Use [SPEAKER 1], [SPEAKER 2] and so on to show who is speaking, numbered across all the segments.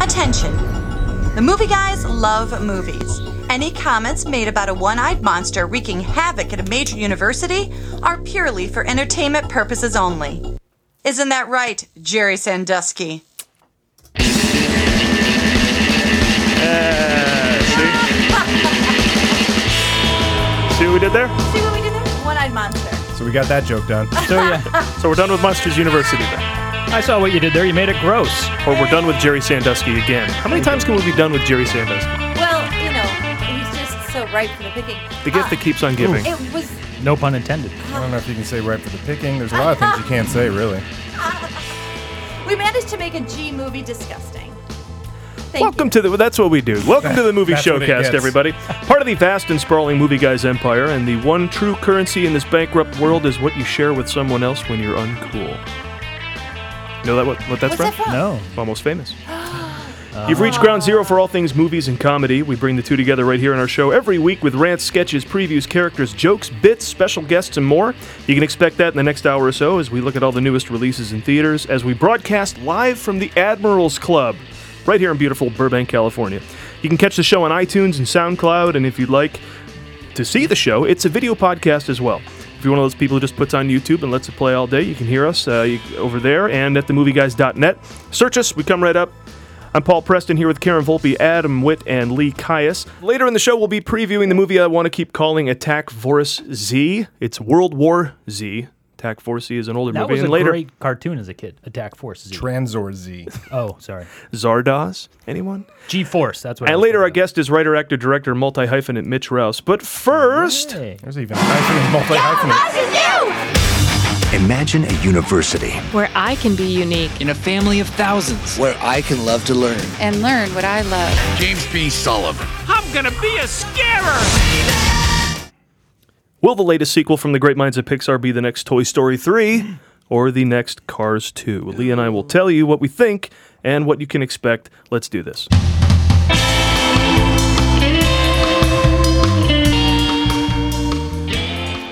[SPEAKER 1] attention. The movie guys love movies. Any comments made about a one eyed monster wreaking havoc at a major university are purely for entertainment purposes only. Isn't that right, Jerry Sandusky?
[SPEAKER 2] See what we did there?
[SPEAKER 1] See what we did there? One eyed monster.
[SPEAKER 3] So we got that joke done.
[SPEAKER 4] So yeah,
[SPEAKER 2] So we're done with Monsters University then.
[SPEAKER 4] I saw what you did there. You made it gross.
[SPEAKER 2] Or we're done with Jerry Sandusky again. How many times can we be done with Jerry Sandusky?
[SPEAKER 5] Well, you know, he's just so right for the picking.
[SPEAKER 2] The gift that keeps on giving.
[SPEAKER 5] It was.
[SPEAKER 4] No pun intended.
[SPEAKER 3] I don't know if you can say right for the picking. There's a lot of things you can't say, really.
[SPEAKER 5] We managed to make a G movie disgusting. Thank
[SPEAKER 2] Welcome to the. well, That's what we do. Welcome to the movie
[SPEAKER 3] That's what it
[SPEAKER 2] showcast,
[SPEAKER 3] gets.
[SPEAKER 2] everybody. Part of the vast and sprawling movie guys empire, and the one true currency in this bankrupt world is what you share with someone else when you're uncool. Know that what, what that's
[SPEAKER 5] What's that from?
[SPEAKER 4] No.
[SPEAKER 2] Almost famous. You've reached ground zero for all things movies and comedy. We bring the two together right here on our show every week with rants, sketches, previews, characters, jokes, bits, special guests, and more. You can expect that in the next hour or so as we look at all the newest releases in theaters as we broadcast live from the Admirals Club right here in beautiful Burbank, California. You can catch the show on iTunes and SoundCloud, and if you'd like, to see the show, it's a video podcast as well. If you're one of those people who just puts on YouTube and lets it play all day, you can hear us uh, you, over there and at themovieguys.net. Search us, we come right up. I'm Paul Preston here with Karen Volpe, Adam Witt, and Lee Caius. Later in the show, we'll be previewing the movie I want to keep calling Attack Force Z. It's World War Z. Attack Force Z is an older
[SPEAKER 4] That
[SPEAKER 2] movie.
[SPEAKER 4] was a
[SPEAKER 2] and later,
[SPEAKER 4] great cartoon as a kid. Attack Force Z.
[SPEAKER 3] Transor Z.
[SPEAKER 4] oh, sorry.
[SPEAKER 2] Zardoz. Anyone?
[SPEAKER 4] G Force. That's what. I
[SPEAKER 2] And
[SPEAKER 4] was
[SPEAKER 2] later, our
[SPEAKER 4] thinking
[SPEAKER 2] guest is writer, actor, director, multi hyphenate Mitch Rouse. But first,
[SPEAKER 4] of. Hey.
[SPEAKER 3] There's even hyphen and multi hyphenate.
[SPEAKER 6] Imagine a university
[SPEAKER 7] where I can be unique.
[SPEAKER 8] in a family of thousands.
[SPEAKER 9] where I can love to learn.
[SPEAKER 10] and learn what I love.
[SPEAKER 9] James B. Sullivan.
[SPEAKER 2] Will the latest sequel from the great minds of Pixar be the next Toy Story 3 or the next Cars 2? Lee and I will tell you what we think and what you can expect. Let's do this.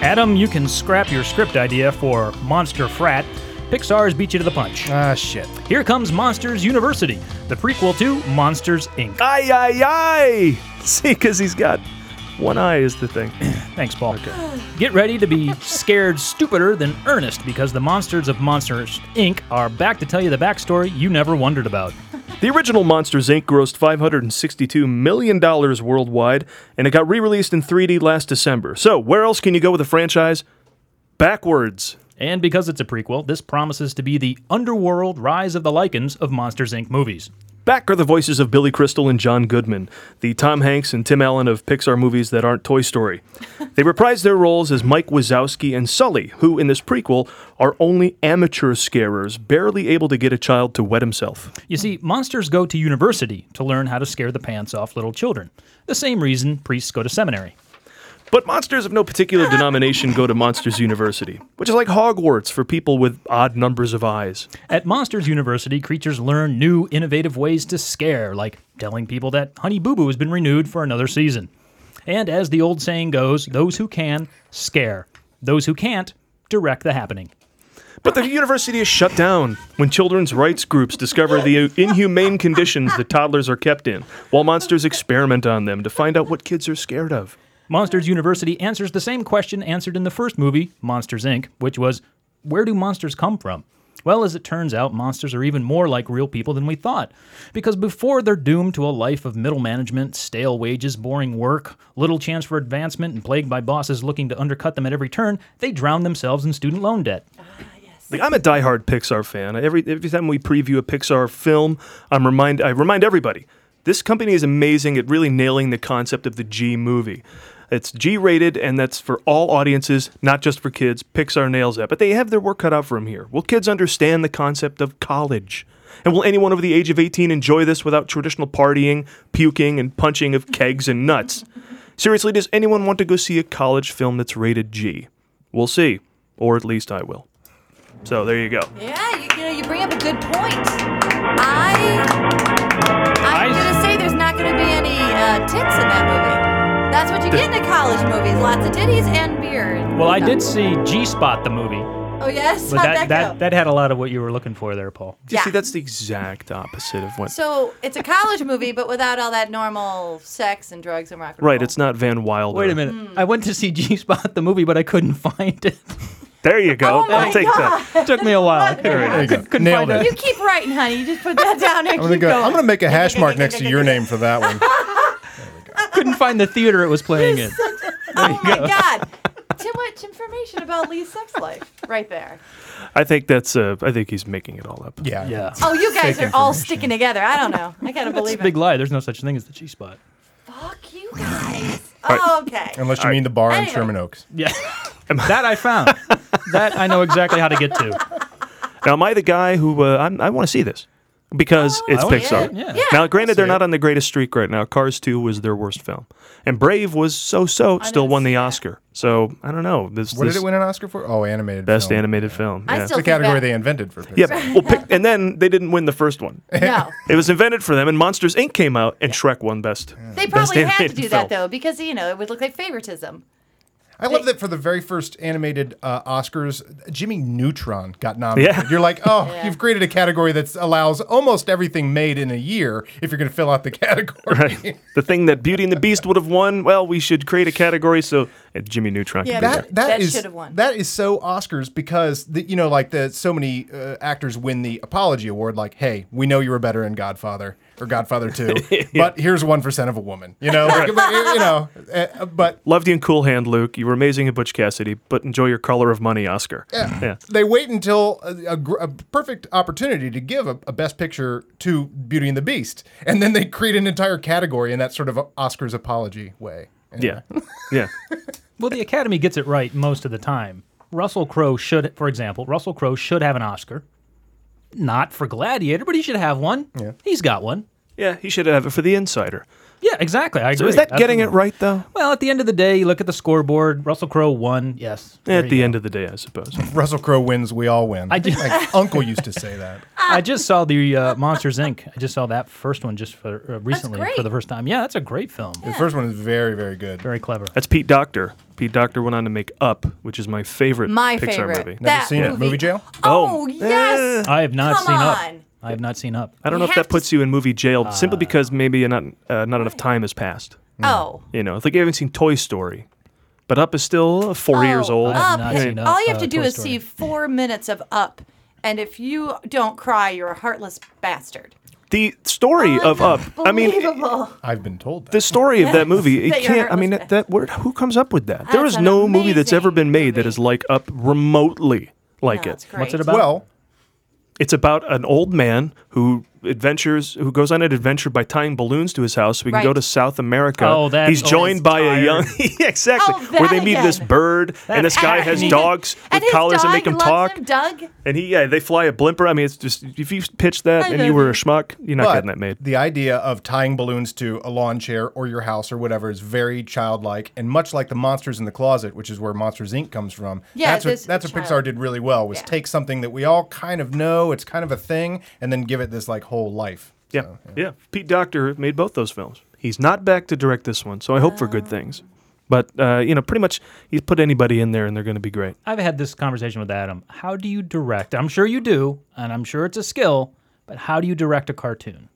[SPEAKER 4] Adam, you can scrap your script idea for Monster Frat. Pixar's beat you to the punch.
[SPEAKER 3] Ah, shit.
[SPEAKER 4] Here comes Monsters University, the prequel to Monsters Inc.
[SPEAKER 2] Aye, aye, aye! See, because he's got one eye is the thing.
[SPEAKER 4] Thanks, Paul. Get ready to be scared stupider than earnest because the monsters of Monsters Inc. are back to tell you the backstory you never wondered about.
[SPEAKER 2] The original Monsters Inc. grossed $562 million worldwide, and it got re released in 3D last December. So, where else can you go with a franchise? Backwards.
[SPEAKER 4] And because it's a prequel, this promises to be the underworld rise of the lichens of Monsters Inc. movies.
[SPEAKER 2] Back are the voices of Billy Crystal and John Goodman, the Tom Hanks and Tim Allen of Pixar movies that aren't Toy Story. They reprise their roles as Mike Wazowski and Sully, who in this prequel are only amateur scarers, barely able to get a child to wet himself.
[SPEAKER 4] You see, monsters go to university to learn how to scare the pants off little children. The same reason priests go to seminary.
[SPEAKER 2] But monsters of no particular denomination go to Monsters University, which is like Hogwarts for people with odd numbers of eyes.
[SPEAKER 4] At Monsters University, creatures learn new, innovative ways to scare, like telling people that Honey Boo Boo has been renewed for another season. And as the old saying goes, those who can, scare. Those who can't, direct the happening.
[SPEAKER 2] But the university is shut down when children's rights groups discover the inhumane conditions that toddlers are kept in, while monsters experiment on them to find out what kids are scared of.
[SPEAKER 4] Monsters University answers the same question answered in the first movie, Monsters Inc., which was where do monsters come from? Well, as it turns out, monsters are even more like real people than we thought. Because before they're doomed to a life of middle management, stale wages, boring work, little chance for advancement, and plagued by bosses looking to undercut them at every turn, they drown themselves in student loan debt.
[SPEAKER 2] Like, I'm a diehard Pixar fan. Every every time we preview a Pixar film, I'm remind I remind everybody this company is amazing at really nailing the concept of the G movie. It's G-rated, and that's for all audiences, not just for kids. Pixar nails that, but they have their work cut out for them here. Will kids understand the concept of college? And will anyone over the age of 18 enjoy this without traditional partying, puking, and punching of kegs and nuts? Seriously, does anyone want to go see a college film that's rated G? We'll see, or at least I will. So there you go.
[SPEAKER 5] Yeah, you, you know, you bring up a good point. I, I'm
[SPEAKER 4] I-
[SPEAKER 5] gonna say there's not gonna be any uh, tits in that movie. That's what you get in a college movies: lots of titties and beer. and
[SPEAKER 4] Well, I
[SPEAKER 5] stuff.
[SPEAKER 4] did see G Spot the movie,
[SPEAKER 5] Oh, yes.
[SPEAKER 4] But
[SPEAKER 5] How'd
[SPEAKER 4] that,
[SPEAKER 5] that
[SPEAKER 4] that,
[SPEAKER 5] go?
[SPEAKER 4] that had a lot of what you were looking for there, Paul.
[SPEAKER 2] You see,
[SPEAKER 5] Yeah.
[SPEAKER 2] that's the exact opposite of what.
[SPEAKER 5] So it's a college movie, but without all that normal sex and drugs and rock and roll.
[SPEAKER 2] right, it's not Van Wilder.
[SPEAKER 4] Wait a minute.
[SPEAKER 5] Hmm.
[SPEAKER 4] I went to see G Spot, the movie, but I couldn't find it.
[SPEAKER 2] There you go.
[SPEAKER 5] Oh my
[SPEAKER 2] I'll take that.
[SPEAKER 4] It took me a while.
[SPEAKER 3] There you go. Nailed
[SPEAKER 4] find
[SPEAKER 3] it.
[SPEAKER 5] You keep writing, honey. You just put that down and
[SPEAKER 3] I'm gonna
[SPEAKER 5] keep
[SPEAKER 3] go.
[SPEAKER 5] going.
[SPEAKER 3] I'm gonna make a hash mark next to your name for that one.
[SPEAKER 4] couldn't find the theater it was playing in.
[SPEAKER 5] oh my god. Too much information about Lee's sex life right there.
[SPEAKER 2] I think that's. Uh, I think he's making it all up.
[SPEAKER 3] Yeah.
[SPEAKER 4] Yeah.
[SPEAKER 5] Oh, you guys are
[SPEAKER 3] Fake
[SPEAKER 5] all
[SPEAKER 3] information.
[SPEAKER 5] sticking together. I don't know. I gotta
[SPEAKER 4] That's a
[SPEAKER 5] believe it.
[SPEAKER 4] big lie. There's no such thing as the G Spot.
[SPEAKER 5] Fuck you guys.
[SPEAKER 2] right.
[SPEAKER 5] Oh, okay.
[SPEAKER 3] Unless you mean the bar in
[SPEAKER 5] Anyway.
[SPEAKER 3] Sherman Oaks.
[SPEAKER 4] Yeah. that I found. That I know exactly how to get to.
[SPEAKER 2] Now, am I the guy who uh, I'm, I want to see this because
[SPEAKER 5] Oh,
[SPEAKER 2] it's
[SPEAKER 4] I wanna see
[SPEAKER 2] Pixar?
[SPEAKER 4] it, yeah. Yeah,
[SPEAKER 2] Now, granted, they're not on the greatest streak right now. Cars 2 was their worst film, and Brave was so-so, still won the Oscar. So I don't know. This,
[SPEAKER 3] What
[SPEAKER 2] this
[SPEAKER 3] did it win an Oscar for? Oh, animated.
[SPEAKER 2] best
[SPEAKER 3] film.
[SPEAKER 2] animated film.
[SPEAKER 5] I
[SPEAKER 2] yeah.
[SPEAKER 5] still
[SPEAKER 3] The category
[SPEAKER 5] think
[SPEAKER 3] they invented for Pixar.
[SPEAKER 2] yeah. Well, pick, and then they didn't win the first one.
[SPEAKER 5] that, No.
[SPEAKER 2] It was invented for them, and Monsters Inc. came out, and Shrek won best.
[SPEAKER 5] They
[SPEAKER 2] best
[SPEAKER 5] probably had to
[SPEAKER 2] animated
[SPEAKER 5] do that
[SPEAKER 2] film.
[SPEAKER 5] though, because you know it would look like favoritism.
[SPEAKER 3] I love that for the very first animated uh, Oscars, Jimmy Neutron got nominated.
[SPEAKER 2] Yeah.
[SPEAKER 3] You're like, oh,
[SPEAKER 5] Yeah.
[SPEAKER 3] you've created a category that allows almost everything made in a year if you're going to fill out the category.
[SPEAKER 2] Right. the thing that Beauty and the Beast would have won, well, we should create a category so uh, Jimmy Neutron
[SPEAKER 5] Yeah,
[SPEAKER 2] can be
[SPEAKER 5] but-
[SPEAKER 2] there.
[SPEAKER 3] That, that
[SPEAKER 5] That
[SPEAKER 3] is
[SPEAKER 5] should've won.
[SPEAKER 3] that is so Oscars because the, you know like the so many uh, actors win the apology award like hey we know you were better in Godfather or Godfather Two but here's one percent of a woman you know like, but, you know uh, but
[SPEAKER 2] Loved you in Cool Hand, Luke. You were amazing in Butch Cassidy, but enjoy your color of money, Oscar. Yeah.
[SPEAKER 3] they wait until a, a, gr- a perfect opportunity to give a, a best picture to Beauty and the Beast, and then they create an entire category in that sort of Oscars apology way. And
[SPEAKER 2] Yeah. Yeah.
[SPEAKER 4] Well, the Academy gets it right most of the time. Russell Crowe should, for example, Russell Crowe should have an Oscar. Not for Gladiator, but he should have one. Yeah. He's got one.
[SPEAKER 2] Yeah, he should have it for The Insider.
[SPEAKER 4] Yeah, exactly. I agree.
[SPEAKER 2] So is that getting it
[SPEAKER 4] Absolutely.
[SPEAKER 2] right, though?
[SPEAKER 4] Well, at the end of the day, you look at the scoreboard. Russell Crowe won. Yes.
[SPEAKER 2] At the end of the day, I suppose.
[SPEAKER 3] Russell Crowe wins, we all win.
[SPEAKER 4] I do-
[SPEAKER 3] Like, Uncle used to say that.
[SPEAKER 5] Ah.
[SPEAKER 4] I just saw the uh, Monsters Inc. I just saw that first one just for uh, recently for
[SPEAKER 5] great.
[SPEAKER 4] the first time. Yeah, that's a great film.
[SPEAKER 3] The first one is very, very good.
[SPEAKER 4] Very clever.
[SPEAKER 2] That's Pete Doctor. Pete Doctor went on to make Up, which is my favorite
[SPEAKER 5] My
[SPEAKER 2] Pixar
[SPEAKER 5] favorite.
[SPEAKER 2] movie.
[SPEAKER 5] That
[SPEAKER 3] seen it.
[SPEAKER 5] movie.
[SPEAKER 3] Movie jail?
[SPEAKER 5] Oh,
[SPEAKER 2] Oh.
[SPEAKER 5] yes.
[SPEAKER 4] I have not
[SPEAKER 5] Come
[SPEAKER 4] seen
[SPEAKER 5] on.
[SPEAKER 4] up. I have not seen up.
[SPEAKER 2] I
[SPEAKER 5] You
[SPEAKER 2] don't know if that
[SPEAKER 5] have to
[SPEAKER 2] puts you in movie jail simply because maybe not uh, not enough time has passed.
[SPEAKER 5] Oh.
[SPEAKER 2] You know, it's like you haven't seen Toy Story, but Up is still four years
[SPEAKER 5] Oh,
[SPEAKER 2] old.
[SPEAKER 5] Up.
[SPEAKER 4] not seen Up,
[SPEAKER 5] All you have
[SPEAKER 4] uh,
[SPEAKER 5] to do
[SPEAKER 4] Toy
[SPEAKER 5] is
[SPEAKER 4] Story.
[SPEAKER 5] see four minutes of Up, and if you don't cry, you're a heartless bastard.
[SPEAKER 2] The story of Up. I mean,
[SPEAKER 5] Unbelievable.
[SPEAKER 3] I've been told that.
[SPEAKER 2] the story of that movie. It
[SPEAKER 5] That you're
[SPEAKER 2] can't. I mean,
[SPEAKER 5] heartless.
[SPEAKER 2] that, that word. Who comes up with that? There
[SPEAKER 5] That's
[SPEAKER 2] is
[SPEAKER 5] an
[SPEAKER 2] no movie that's ever been
[SPEAKER 5] amazing
[SPEAKER 2] made that is like Up remotely like
[SPEAKER 5] No,
[SPEAKER 2] it.
[SPEAKER 5] it's great.
[SPEAKER 4] What's it about?
[SPEAKER 3] well,
[SPEAKER 2] It's about an old man who adventures, who goes on an adventure by tying balloons to his house so he can go
[SPEAKER 5] Right.
[SPEAKER 2] to South America.
[SPEAKER 4] Oh, that
[SPEAKER 2] He's
[SPEAKER 4] old
[SPEAKER 2] joined by a young, Yeah, exactly,
[SPEAKER 5] Oh,
[SPEAKER 2] where
[SPEAKER 5] that
[SPEAKER 2] they meet this
[SPEAKER 5] again.
[SPEAKER 2] bird, and this guy has
[SPEAKER 5] And he-
[SPEAKER 2] dogs with
[SPEAKER 5] and his
[SPEAKER 2] collars and
[SPEAKER 5] dog
[SPEAKER 2] make him
[SPEAKER 5] loves
[SPEAKER 2] talk.
[SPEAKER 5] Him, Doug.
[SPEAKER 2] And he, yeah, they fly a blimper. I mean, it's just if you pitch that
[SPEAKER 5] I
[SPEAKER 2] and you
[SPEAKER 5] love
[SPEAKER 2] were a schmuck, you're not
[SPEAKER 3] but
[SPEAKER 2] getting that made.
[SPEAKER 3] the idea of tying balloons to a lawn chair or your house or whatever is very childlike, and much like the monsters in the closet, which is where Monsters Inc. comes from.
[SPEAKER 5] Yeah,
[SPEAKER 3] that's
[SPEAKER 5] this
[SPEAKER 3] what
[SPEAKER 5] is
[SPEAKER 3] that's what
[SPEAKER 5] child-
[SPEAKER 3] Pixar did really well was
[SPEAKER 5] Yeah.
[SPEAKER 3] take something that we all kind of know, it's kind of a thing, and then give it this like whole life.
[SPEAKER 2] Yeah,
[SPEAKER 3] So,
[SPEAKER 2] yeah. Pete Doctor made both those films. He's not back to direct this one, so I hope for
[SPEAKER 11] Oh.
[SPEAKER 2] good things. But uh, you know, pretty much, he's put anybody in there, and they're going to be great.
[SPEAKER 4] I've had this conversation with Adam. How do you direct? I'm sure you do, and I'm sure it's a skill, but how do you direct a cartoon?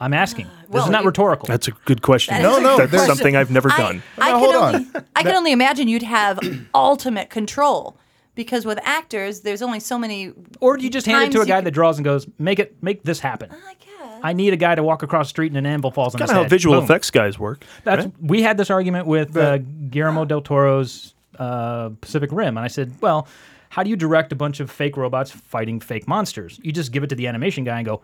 [SPEAKER 4] I'm asking. This
[SPEAKER 5] Uh, well,
[SPEAKER 4] is not
[SPEAKER 5] you-
[SPEAKER 4] rhetorical.
[SPEAKER 2] That's a good question.
[SPEAKER 5] That is
[SPEAKER 3] No, a no, good
[SPEAKER 2] that's
[SPEAKER 3] there's-
[SPEAKER 2] something I've never done.
[SPEAKER 5] I, I can
[SPEAKER 3] Now, hold
[SPEAKER 5] only, I can only imagine you'd have ultimate control because with actors, there's only so many.
[SPEAKER 4] or do you just hand it to a
[SPEAKER 5] times you Uh-huh.
[SPEAKER 4] guy
[SPEAKER 5] can-
[SPEAKER 4] that draws and goes, "Make it, make this happen."
[SPEAKER 5] I guess.
[SPEAKER 4] I need a guy to walk across the street and an anvil falls on
[SPEAKER 2] Kind
[SPEAKER 4] his
[SPEAKER 2] of how
[SPEAKER 4] head.
[SPEAKER 2] visual
[SPEAKER 4] Boom.
[SPEAKER 2] effects guys work.
[SPEAKER 4] That's we had this argument with uh, Guillermo del Toro's uh, Pacific Rim, and I said, "Well, how do you direct a bunch of fake robots fighting fake monsters? You just give it to the animation guy and go,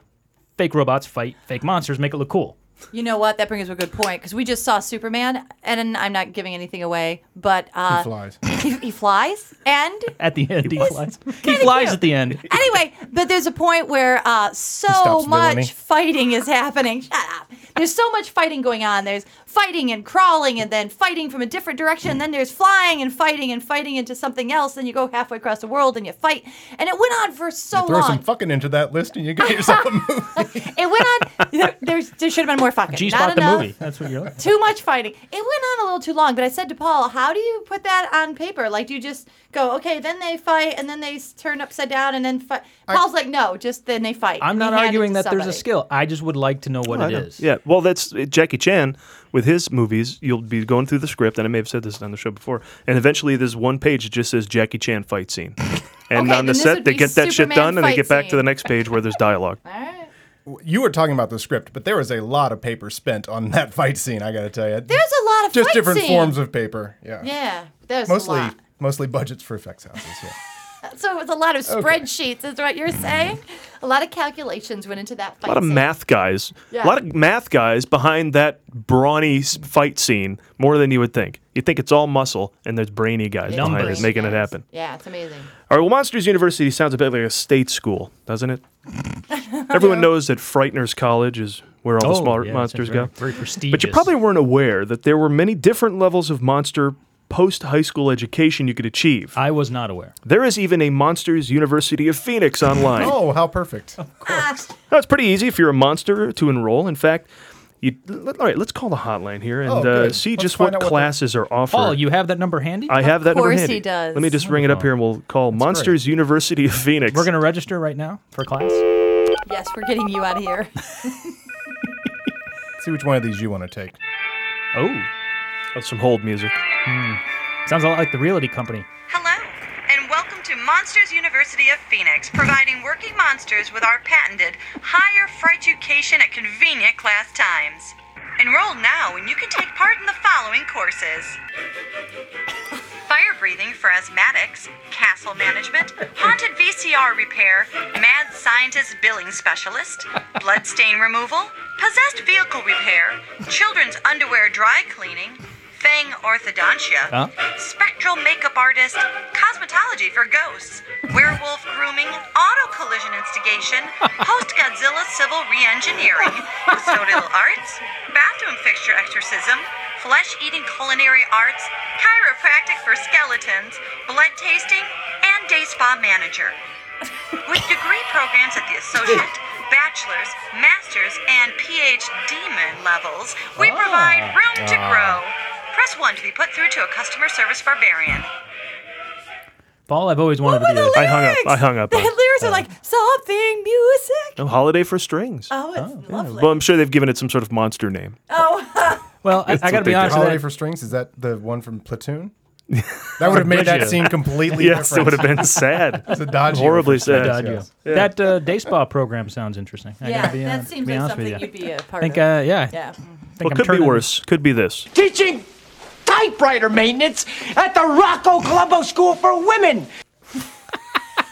[SPEAKER 4] fake robots fight fake monsters, make it look cool."
[SPEAKER 5] You know what? That brings up a good point because we just saw Superman, and I'm not giving anything away, but uh,
[SPEAKER 3] He flies.
[SPEAKER 5] he, he flies, and
[SPEAKER 4] At the end, he flies. He flies at the end.
[SPEAKER 5] anyway, but there's a point where uh, so
[SPEAKER 3] stops
[SPEAKER 5] much
[SPEAKER 3] villainy.
[SPEAKER 5] fighting is happening. Shut up. There's so much fighting going on. There's fighting and crawling and then fighting from a different direction. And then there's flying and fighting and fighting into something else. Then you go halfway across the world and you fight. And it went on for so
[SPEAKER 3] Throw
[SPEAKER 5] long.
[SPEAKER 3] some fucking into that list and you got yourself a movie.
[SPEAKER 5] it went on. There, there's, there should have been more fucking.
[SPEAKER 4] G
[SPEAKER 5] Not
[SPEAKER 4] spot the
[SPEAKER 5] enough
[SPEAKER 4] movie. That's what you're like.
[SPEAKER 5] too much fighting. It went on a little too long, but I said to Paul, "How do you put that on paper? Like, do you just go, okay, then they fight, and then they s- turn upside down, and then fight?" Paul's like, "No, just then they fight."
[SPEAKER 4] I'm
[SPEAKER 5] and
[SPEAKER 4] not
[SPEAKER 5] he handed
[SPEAKER 4] arguing
[SPEAKER 5] it to
[SPEAKER 4] that there's a
[SPEAKER 5] somebody.
[SPEAKER 4] skill. I just would like to know what
[SPEAKER 2] I
[SPEAKER 4] it
[SPEAKER 2] know.
[SPEAKER 4] is.
[SPEAKER 2] Yeah, well, that's uh, Jackie Chan with his movies. You'll be going through the script, and I may have said this on the show before. And eventually, there's one page that just says Jackie Chan fight scene, and
[SPEAKER 11] Okay,
[SPEAKER 2] on the
[SPEAKER 11] then this
[SPEAKER 2] set
[SPEAKER 11] would
[SPEAKER 2] they
[SPEAKER 11] be
[SPEAKER 2] get that shit
[SPEAKER 11] Superman
[SPEAKER 2] done, and they
[SPEAKER 11] fight
[SPEAKER 2] get back to
[SPEAKER 11] scene.
[SPEAKER 2] the next page where there's dialogue.
[SPEAKER 3] You were talking about the script, but there was a lot of paper spent on that fight scene, I gotta tell you.
[SPEAKER 5] There's a lot of
[SPEAKER 3] Just
[SPEAKER 5] fight
[SPEAKER 3] different
[SPEAKER 5] scene.
[SPEAKER 3] forms of paper. Yeah.
[SPEAKER 5] Yeah, there's
[SPEAKER 3] Mostly
[SPEAKER 5] a lot.
[SPEAKER 3] mostly budgets for effects houses, yeah.
[SPEAKER 5] So it was a lot of spreadsheets. Is what you're saying? A lot of calculations went into that fight.
[SPEAKER 2] A lot of
[SPEAKER 5] scene.
[SPEAKER 2] math guys,
[SPEAKER 5] Yeah.
[SPEAKER 2] a lot of math guys behind that brawny s- fight scene more than you would think. You would think it's all muscle, and there's brainy guys behind
[SPEAKER 4] Numbers.
[SPEAKER 2] it making it happen.
[SPEAKER 5] Yeah, it's amazing.
[SPEAKER 2] All right, well, Monsters University sounds a bit like a state school, doesn't it? Everyone knows that Frighteners College is where all the smart
[SPEAKER 4] Oh, yeah, it's
[SPEAKER 2] monsters
[SPEAKER 4] very,
[SPEAKER 2] go.
[SPEAKER 4] Very prestigious.
[SPEAKER 2] But you probably weren't aware that there were many different levels of monster post high school education you could achieve.
[SPEAKER 4] I was not aware.
[SPEAKER 2] There is even a Monsters University of Phoenix online.
[SPEAKER 3] Oh, how perfect.
[SPEAKER 5] Ah,
[SPEAKER 2] Now, it's pretty easy if you're a monster to enroll. In fact, you, let- all right, let's call the hotline here and
[SPEAKER 3] Oh,
[SPEAKER 2] uh,
[SPEAKER 3] good.
[SPEAKER 2] see
[SPEAKER 3] Let's
[SPEAKER 2] just
[SPEAKER 3] find
[SPEAKER 2] what
[SPEAKER 3] out what the-
[SPEAKER 2] classes are offered.
[SPEAKER 4] Paul, you have that number handy?
[SPEAKER 2] I have that number
[SPEAKER 5] course
[SPEAKER 2] handy.
[SPEAKER 5] he does.
[SPEAKER 2] Let me just
[SPEAKER 3] Oh.
[SPEAKER 2] ring it up here and we'll call Monsters University of Phoenix.
[SPEAKER 4] We're going to register right now for class.
[SPEAKER 5] Yes, we're getting you out of here.
[SPEAKER 3] See which one of these you want to take.
[SPEAKER 4] Oh,
[SPEAKER 2] That's some hold music.
[SPEAKER 4] sounds a lot like the reality company.
[SPEAKER 12] Hello, and welcome to Monsters University of Phoenix, providing working monsters with our patented higher frighteducation at convenient class times. Enroll now and you can take part in the following courses. Fire breathing for asthmatics, castle management, haunted VCR repair, mad scientist billing specialist, blood stain removal, possessed vehicle repair, children's underwear dry cleaning, fang orthodontia,
[SPEAKER 4] Huh?
[SPEAKER 12] spectral makeup artist, cosmetology for ghosts, werewolf grooming, auto collision instigation, post Godzilla civil re engineering, custodial arts, bathroom fixture exorcism, flesh eating culinary arts, chiropractic for skeletons, blood tasting, and day spa manager. With degree programs at the associate, bachelor's, master's, and PhD min levels, we provide room to grow. Press 1 to be put through to a customer service barbarian.
[SPEAKER 4] Paul, I've always wanted
[SPEAKER 5] What
[SPEAKER 4] to
[SPEAKER 5] were
[SPEAKER 4] be
[SPEAKER 5] the lyrics?
[SPEAKER 4] a
[SPEAKER 2] I hung up- I hung up
[SPEAKER 5] The
[SPEAKER 2] on-
[SPEAKER 5] lyrics
[SPEAKER 4] Uh,
[SPEAKER 5] are like something music.
[SPEAKER 2] No holiday for strings.
[SPEAKER 5] Oh, it's lovely.
[SPEAKER 2] Well, I'm sure they've given it some sort of monster name.
[SPEAKER 4] Well, I, I got
[SPEAKER 2] what
[SPEAKER 4] to
[SPEAKER 2] they
[SPEAKER 4] be
[SPEAKER 2] do.
[SPEAKER 4] honest. with
[SPEAKER 3] Holiday
[SPEAKER 4] that-
[SPEAKER 3] for Strings, is that the one from Platoon? That would have made that
[SPEAKER 2] Bridget.
[SPEAKER 3] scene completely
[SPEAKER 2] yes, it
[SPEAKER 3] different.
[SPEAKER 2] would have been sad.
[SPEAKER 3] It's a dodgy
[SPEAKER 2] Horribly sad.
[SPEAKER 4] Dodge
[SPEAKER 3] Yes.
[SPEAKER 4] you. That uh, day spa program sounds interesting. I
[SPEAKER 5] yeah,
[SPEAKER 4] gotta be, uh,
[SPEAKER 5] that seems
[SPEAKER 4] be
[SPEAKER 5] like
[SPEAKER 4] honest with
[SPEAKER 5] something you'd
[SPEAKER 4] you.
[SPEAKER 5] be a part
[SPEAKER 4] think,
[SPEAKER 5] of.
[SPEAKER 4] uh, yeah.
[SPEAKER 5] yeah.
[SPEAKER 4] think
[SPEAKER 2] Well,
[SPEAKER 4] I'm
[SPEAKER 2] could be
[SPEAKER 4] turning-
[SPEAKER 2] worse. Could be this.
[SPEAKER 13] teaching typewriter maintenance at the Rocco Colombo School for Women.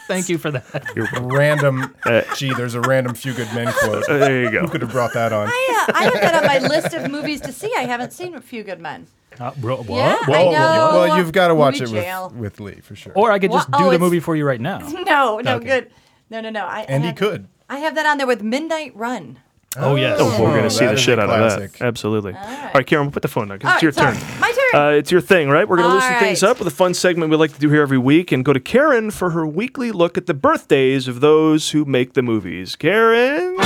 [SPEAKER 4] Thank you for that.
[SPEAKER 3] Random. gee, there's a random few good men quote.
[SPEAKER 2] Uh, there you
[SPEAKER 3] Who
[SPEAKER 2] go.
[SPEAKER 3] could have brought that on?
[SPEAKER 5] I, uh, I have that on my list of movies to see. I haven't seen A Few Good Men.
[SPEAKER 4] Uh, bro, what?
[SPEAKER 5] Yeah, I
[SPEAKER 3] Oh, Well,
[SPEAKER 5] know.
[SPEAKER 3] well, you've got to watch
[SPEAKER 5] Movie
[SPEAKER 3] it
[SPEAKER 5] jail.
[SPEAKER 3] with, with Lee for sure.
[SPEAKER 4] Or I could just
[SPEAKER 5] Wha-
[SPEAKER 4] do
[SPEAKER 5] oh,
[SPEAKER 4] the
[SPEAKER 5] it's-
[SPEAKER 4] movie for you right now.
[SPEAKER 5] No, no,
[SPEAKER 4] Okay.
[SPEAKER 5] good. No, no, no. I, I
[SPEAKER 3] and he
[SPEAKER 5] have-
[SPEAKER 3] could.
[SPEAKER 5] I have that on there with Midnight Run.
[SPEAKER 4] Oh, yes.
[SPEAKER 2] Oh, we're
[SPEAKER 3] Oh,
[SPEAKER 2] gonna see
[SPEAKER 3] that
[SPEAKER 2] the
[SPEAKER 3] is
[SPEAKER 2] shit
[SPEAKER 3] a
[SPEAKER 2] out of that.
[SPEAKER 3] classic.
[SPEAKER 2] Absolutely. All
[SPEAKER 5] right.
[SPEAKER 2] right, Karen, we'll put the phone down 'cause
[SPEAKER 5] All
[SPEAKER 2] it's
[SPEAKER 5] right,
[SPEAKER 2] your
[SPEAKER 5] sorry.
[SPEAKER 2] turn.
[SPEAKER 5] My turn.
[SPEAKER 2] Uh, it's your thing, right? We're going to
[SPEAKER 5] All
[SPEAKER 2] loosen things
[SPEAKER 5] right.
[SPEAKER 2] up with a fun segment we like to do here every week and go to Karen for her weekly look at the birthdays of those who make the movies. Karen?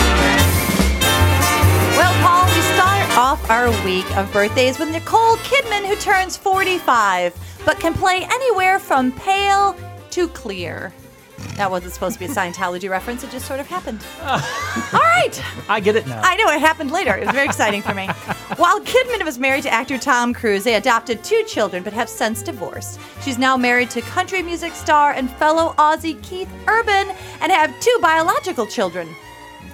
[SPEAKER 5] Well, Paul, we start off our week of birthdays with Nicole Kidman, who turns 45, but can play anywhere from pale to clear. That wasn't supposed to be a Scientology reference, it just sort of happened. All right.
[SPEAKER 4] I get it now.
[SPEAKER 5] I know it happened later. It was very exciting for me. While Kidman was married to actor Tom Cruise, they adopted two children but have since divorced. She's now married to country music star and fellow Aussie Keith Urban and have two biological children.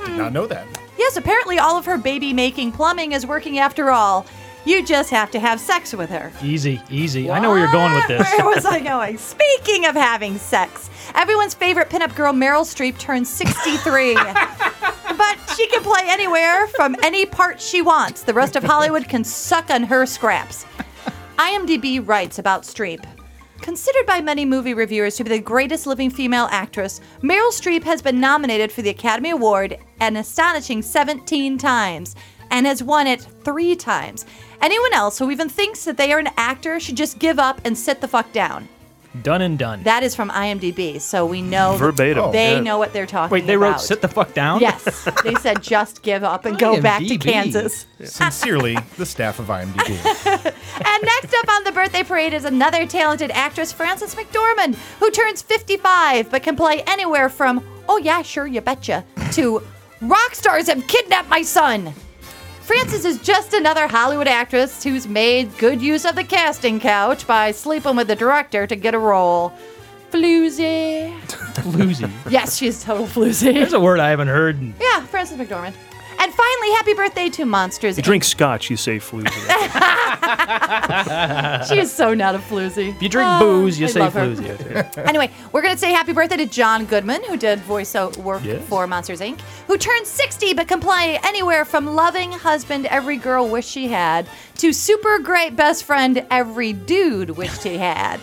[SPEAKER 3] Did not know that.
[SPEAKER 5] Yes, apparently all of her baby making plumbing is working after all. You just have to have sex with her.
[SPEAKER 4] easy, easy. I know where you're going with this.
[SPEAKER 5] Where was I going? Speaking of having sex, everyone's favorite pinup girl Meryl Streep turns 63. but she can play anywhere from any part she wants. The rest of Hollywood can suck on her scraps. IMDb writes about Streep. Considered by many movie reviewers to be the greatest living female actress, Meryl Streep has been nominated for the Academy Award an astonishing 17 times and has won it three times. Anyone else who even thinks that they are an actor should just give up and sit the fuck down.
[SPEAKER 4] Done and done.
[SPEAKER 5] That is from IMDb, so we know that
[SPEAKER 2] Verbatim,
[SPEAKER 5] They
[SPEAKER 2] yeah.
[SPEAKER 5] know what they're talking
[SPEAKER 4] Wait, they
[SPEAKER 5] about.
[SPEAKER 4] wrote "Sit the fuck down."
[SPEAKER 5] Yes, they said just give up and go back to
[SPEAKER 8] IMDb.
[SPEAKER 5] Kansas.
[SPEAKER 3] Sincerely, the staff of IMDb.
[SPEAKER 5] And next up on the birthday parade is another talented actress, Frances McDormand, who turns 55 but can play anywhere from, oh yeah, sure, you betcha, to rock stars have kidnapped my son. Frances is just another Hollywood actress who's made good use of the casting couch by sleeping with the director to get a role. Floozy.
[SPEAKER 4] Floozy.
[SPEAKER 5] Yes, she is total floozy.
[SPEAKER 4] There's a word I haven't heard. in-
[SPEAKER 5] Yeah, Frances McDormand. And finally, happy birthday to Monsters.
[SPEAKER 2] You drink scotch, you say floozy.
[SPEAKER 5] She is so not a floozy.
[SPEAKER 4] If you drink
[SPEAKER 5] Ah,
[SPEAKER 4] booze, you
[SPEAKER 5] I
[SPEAKER 4] say
[SPEAKER 5] love her.
[SPEAKER 4] floozy.
[SPEAKER 5] Anyway, we're going to say happy birthday to John Goodman, who did voice out work
[SPEAKER 4] Yes.
[SPEAKER 5] for Monsters Inc., who turned 60 but can play anywhere from loving husband every girl wished she had to super great best friend every dude wished he had.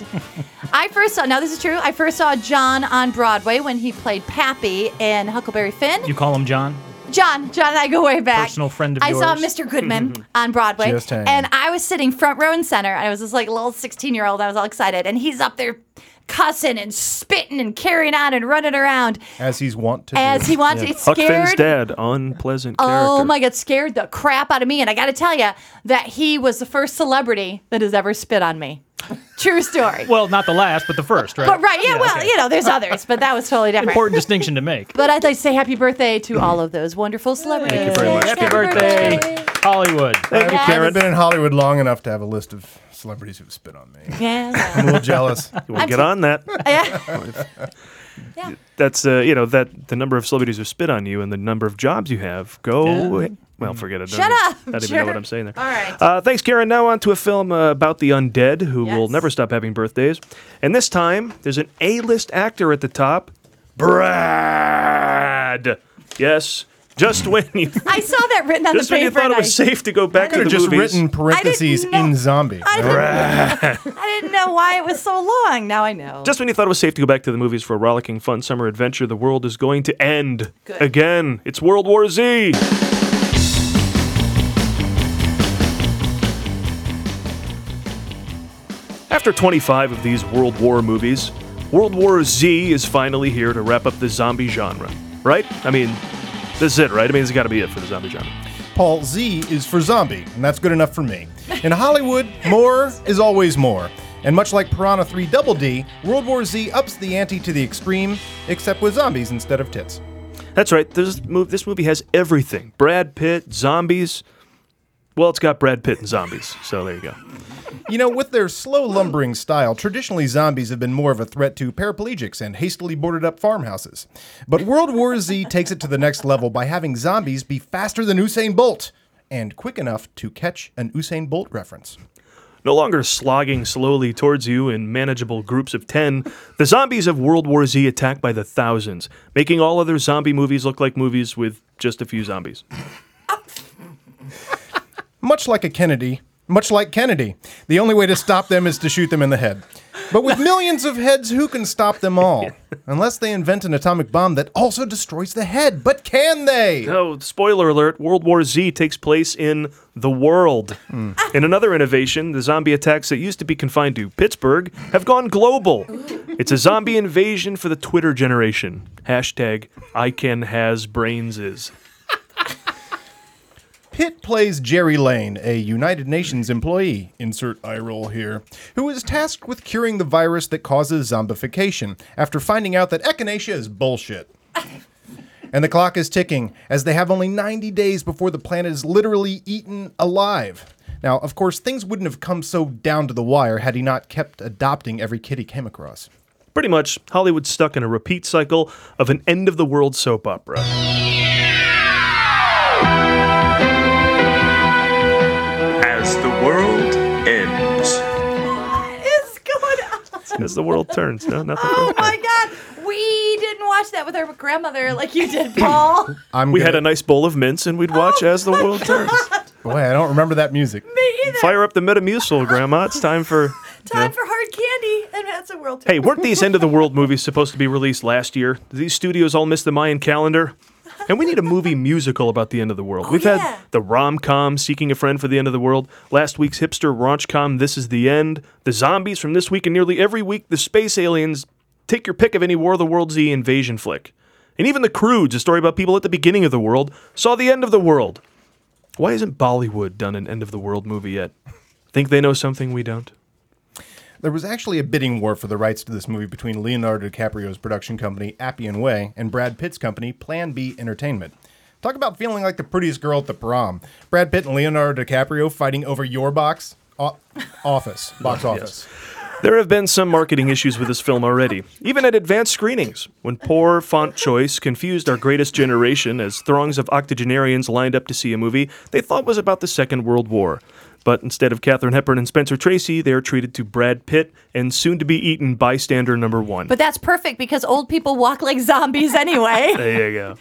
[SPEAKER 5] I first saw, now this is true, I first saw John on Broadway when he played Pappy in Huckleberry Finn.
[SPEAKER 4] You call him John.
[SPEAKER 5] John, John and I go way back.
[SPEAKER 4] Personal friend of
[SPEAKER 5] I saw
[SPEAKER 4] yours.
[SPEAKER 5] Mr. Goodman on Broadway.
[SPEAKER 3] Just hanging.
[SPEAKER 5] and I was sitting front row and center, and I was this like little 16 year old. I was all excited. And he's up there cussing and spitting and carrying on and running around
[SPEAKER 3] As he's wont to
[SPEAKER 5] as
[SPEAKER 3] do.
[SPEAKER 5] he wants to get
[SPEAKER 2] Huck Finn's
[SPEAKER 5] scared.
[SPEAKER 2] dad, unpleasant character.
[SPEAKER 5] Oh my God, scared the crap out of me. And I got to tell you that he was the first celebrity that has ever spit on me. True story.
[SPEAKER 4] Well, not the last, but the first, right?
[SPEAKER 5] but right, yeah, well,
[SPEAKER 4] okay.
[SPEAKER 5] you know, there's others, but that was totally different.
[SPEAKER 4] Important distinction to make.
[SPEAKER 5] But I'd like to say happy birthday to all of those wonderful celebrities.
[SPEAKER 2] Thank you very much,
[SPEAKER 4] Happy birthday, Hollywood.
[SPEAKER 2] Thank you,
[SPEAKER 5] Yes.
[SPEAKER 3] I've
[SPEAKER 2] Karen.
[SPEAKER 3] been in Hollywood long enough to have a list of celebrities who've spit on me.
[SPEAKER 5] Yeah.
[SPEAKER 3] I'm a little jealous.
[SPEAKER 2] We'll get on that.
[SPEAKER 5] Yeah.
[SPEAKER 2] That's uh, you know that the number of celebrities who spit on you and the number of jobs you have. Go.
[SPEAKER 4] Yeah.
[SPEAKER 2] Well, forget it.
[SPEAKER 5] Shut
[SPEAKER 2] Don't
[SPEAKER 5] up,
[SPEAKER 2] Even, I don't even know what
[SPEAKER 5] jerk.
[SPEAKER 2] I'm saying there.
[SPEAKER 5] All right.
[SPEAKER 2] Uh, thanks, Karen. Now on to a film uh, about the undead who will
[SPEAKER 5] Yes.
[SPEAKER 2] never stop having birthdays. And this time, there's an A-list actor at the top, Brad. Yes, just when you
[SPEAKER 5] I saw that written on
[SPEAKER 2] just
[SPEAKER 5] the
[SPEAKER 2] when you
[SPEAKER 5] paper.
[SPEAKER 2] thought
[SPEAKER 5] and I,
[SPEAKER 2] it was safe to go back to
[SPEAKER 3] Could
[SPEAKER 2] the
[SPEAKER 3] have just
[SPEAKER 2] movies.
[SPEAKER 3] written parentheses
[SPEAKER 5] I didn't
[SPEAKER 3] in
[SPEAKER 5] know-
[SPEAKER 3] zombie.
[SPEAKER 5] I didn't, I didn't know why it was so long. Now I know.
[SPEAKER 2] Just when you thought it was safe to go back to the movies for a rollicking, fun summer adventure, the world is going to end
[SPEAKER 5] Good.
[SPEAKER 2] again. It's World War Z. After 25 of these World War movies, World War Z is finally here to wrap up the zombie genre, right? I mean, this is it, right? I mean, it's got to be it for the zombie genre.
[SPEAKER 3] Paul Z is for zombie, and that's good enough for me. In Hollywood, more is always more. And much like Piranha 3 Double D, World War Z ups the ante to the extreme, except with zombies instead of tits.
[SPEAKER 2] That's right. This movie, this movie has everything: Brad Pitt, zombies. Well, it's got Brad Pitt and zombies, so there you go.
[SPEAKER 3] You know, with their slow lumbering style, traditionally zombies have been more of a threat to paraplegics and hastily boarded up farmhouses. But World War Z takes it to the next level by having zombies be faster than Usain Bolt and quick enough to catch an Usain Bolt reference.
[SPEAKER 2] No longer slogging slowly towards you in manageable groups of 10, the zombies of World War Z attack by the thousands, making all other zombie movies look like movies with just a few zombies.
[SPEAKER 3] Much like a Kennedy, much like Kennedy, the only way to stop them is to shoot them in the head. But with millions of heads, who can stop them all? Unless they invent an atomic bomb that also destroys the head. But can they?
[SPEAKER 2] Oh, spoiler alert World War Z takes place in the world. In another innovation, the zombie attacks that used to be confined to Pittsburgh have gone global. It's a zombie invasion for the Twitter generation. Hashtag I can has brains is.
[SPEAKER 3] Pitt plays Jerry Lane, a United Nations employee, insert eye roll here, who is tasked with curing the virus that causes zombification after finding out that echinacea is bullshit. and the clock is ticking, as they have only 90 days before the planet is literally eaten alive. Now, of course, things wouldn't have come so down to the wire had he not kept adopting every kid he came across.
[SPEAKER 2] Pretty much, Hollywood's stuck in a repeat cycle of an end of the world soap opera.
[SPEAKER 7] As the world ends.
[SPEAKER 5] what is going on?
[SPEAKER 2] as the world turns. No, nothing.
[SPEAKER 5] Oh my God. We didn't watch that with our grandmother like you did, Paul.
[SPEAKER 3] I'm
[SPEAKER 2] we
[SPEAKER 3] gonna,
[SPEAKER 2] had a nice bowl of mints, and we'd watch as the world turns.
[SPEAKER 3] boy, I don't remember that music.
[SPEAKER 2] Fire up the Metamucil, Grandma. It's time for.
[SPEAKER 5] Time for hard candy, and that's a world tour.
[SPEAKER 2] Hey, weren't these end of the world movies supposed to be released last year? Did these studios all miss the Mayan calendar? And we need a movie musical about the end of the world. We've
[SPEAKER 5] yeah.
[SPEAKER 2] had the rom com Seeking a Friend for the End of the World, last week's hipster raunch com This Is the End, the zombies from this week, and nearly every week the space aliens take your pick of any War of the World Z invasion flick. And even The Croods, a story about people at the beginning of the world, saw the end of the world. Why isn't Bollywood done an end of the world movie yet? Think they know something we don't?
[SPEAKER 3] There was actually a bidding war for the rights to this movie between Leonardo DiCaprio's production company, Appian Way, and Brad Pitt's company, Plan B Entertainment. Talk about feeling like the prettiest girl at the prom. Brad Pitt and Leonardo DiCaprio fighting over your box o- office, box office.
[SPEAKER 2] There have been some marketing issues with this film already, even at advanced screenings, when poor font choice confused our greatest generation as throngs of octogenarians lined up to see a movie they thought was about the Second World War. But instead of Katherine Hepburn and Spencer Tracy, they are treated to Brad Pitt and soon to be eaten bystander number one.
[SPEAKER 5] But that's perfect because old people walk like zombies anyway.
[SPEAKER 2] there you go.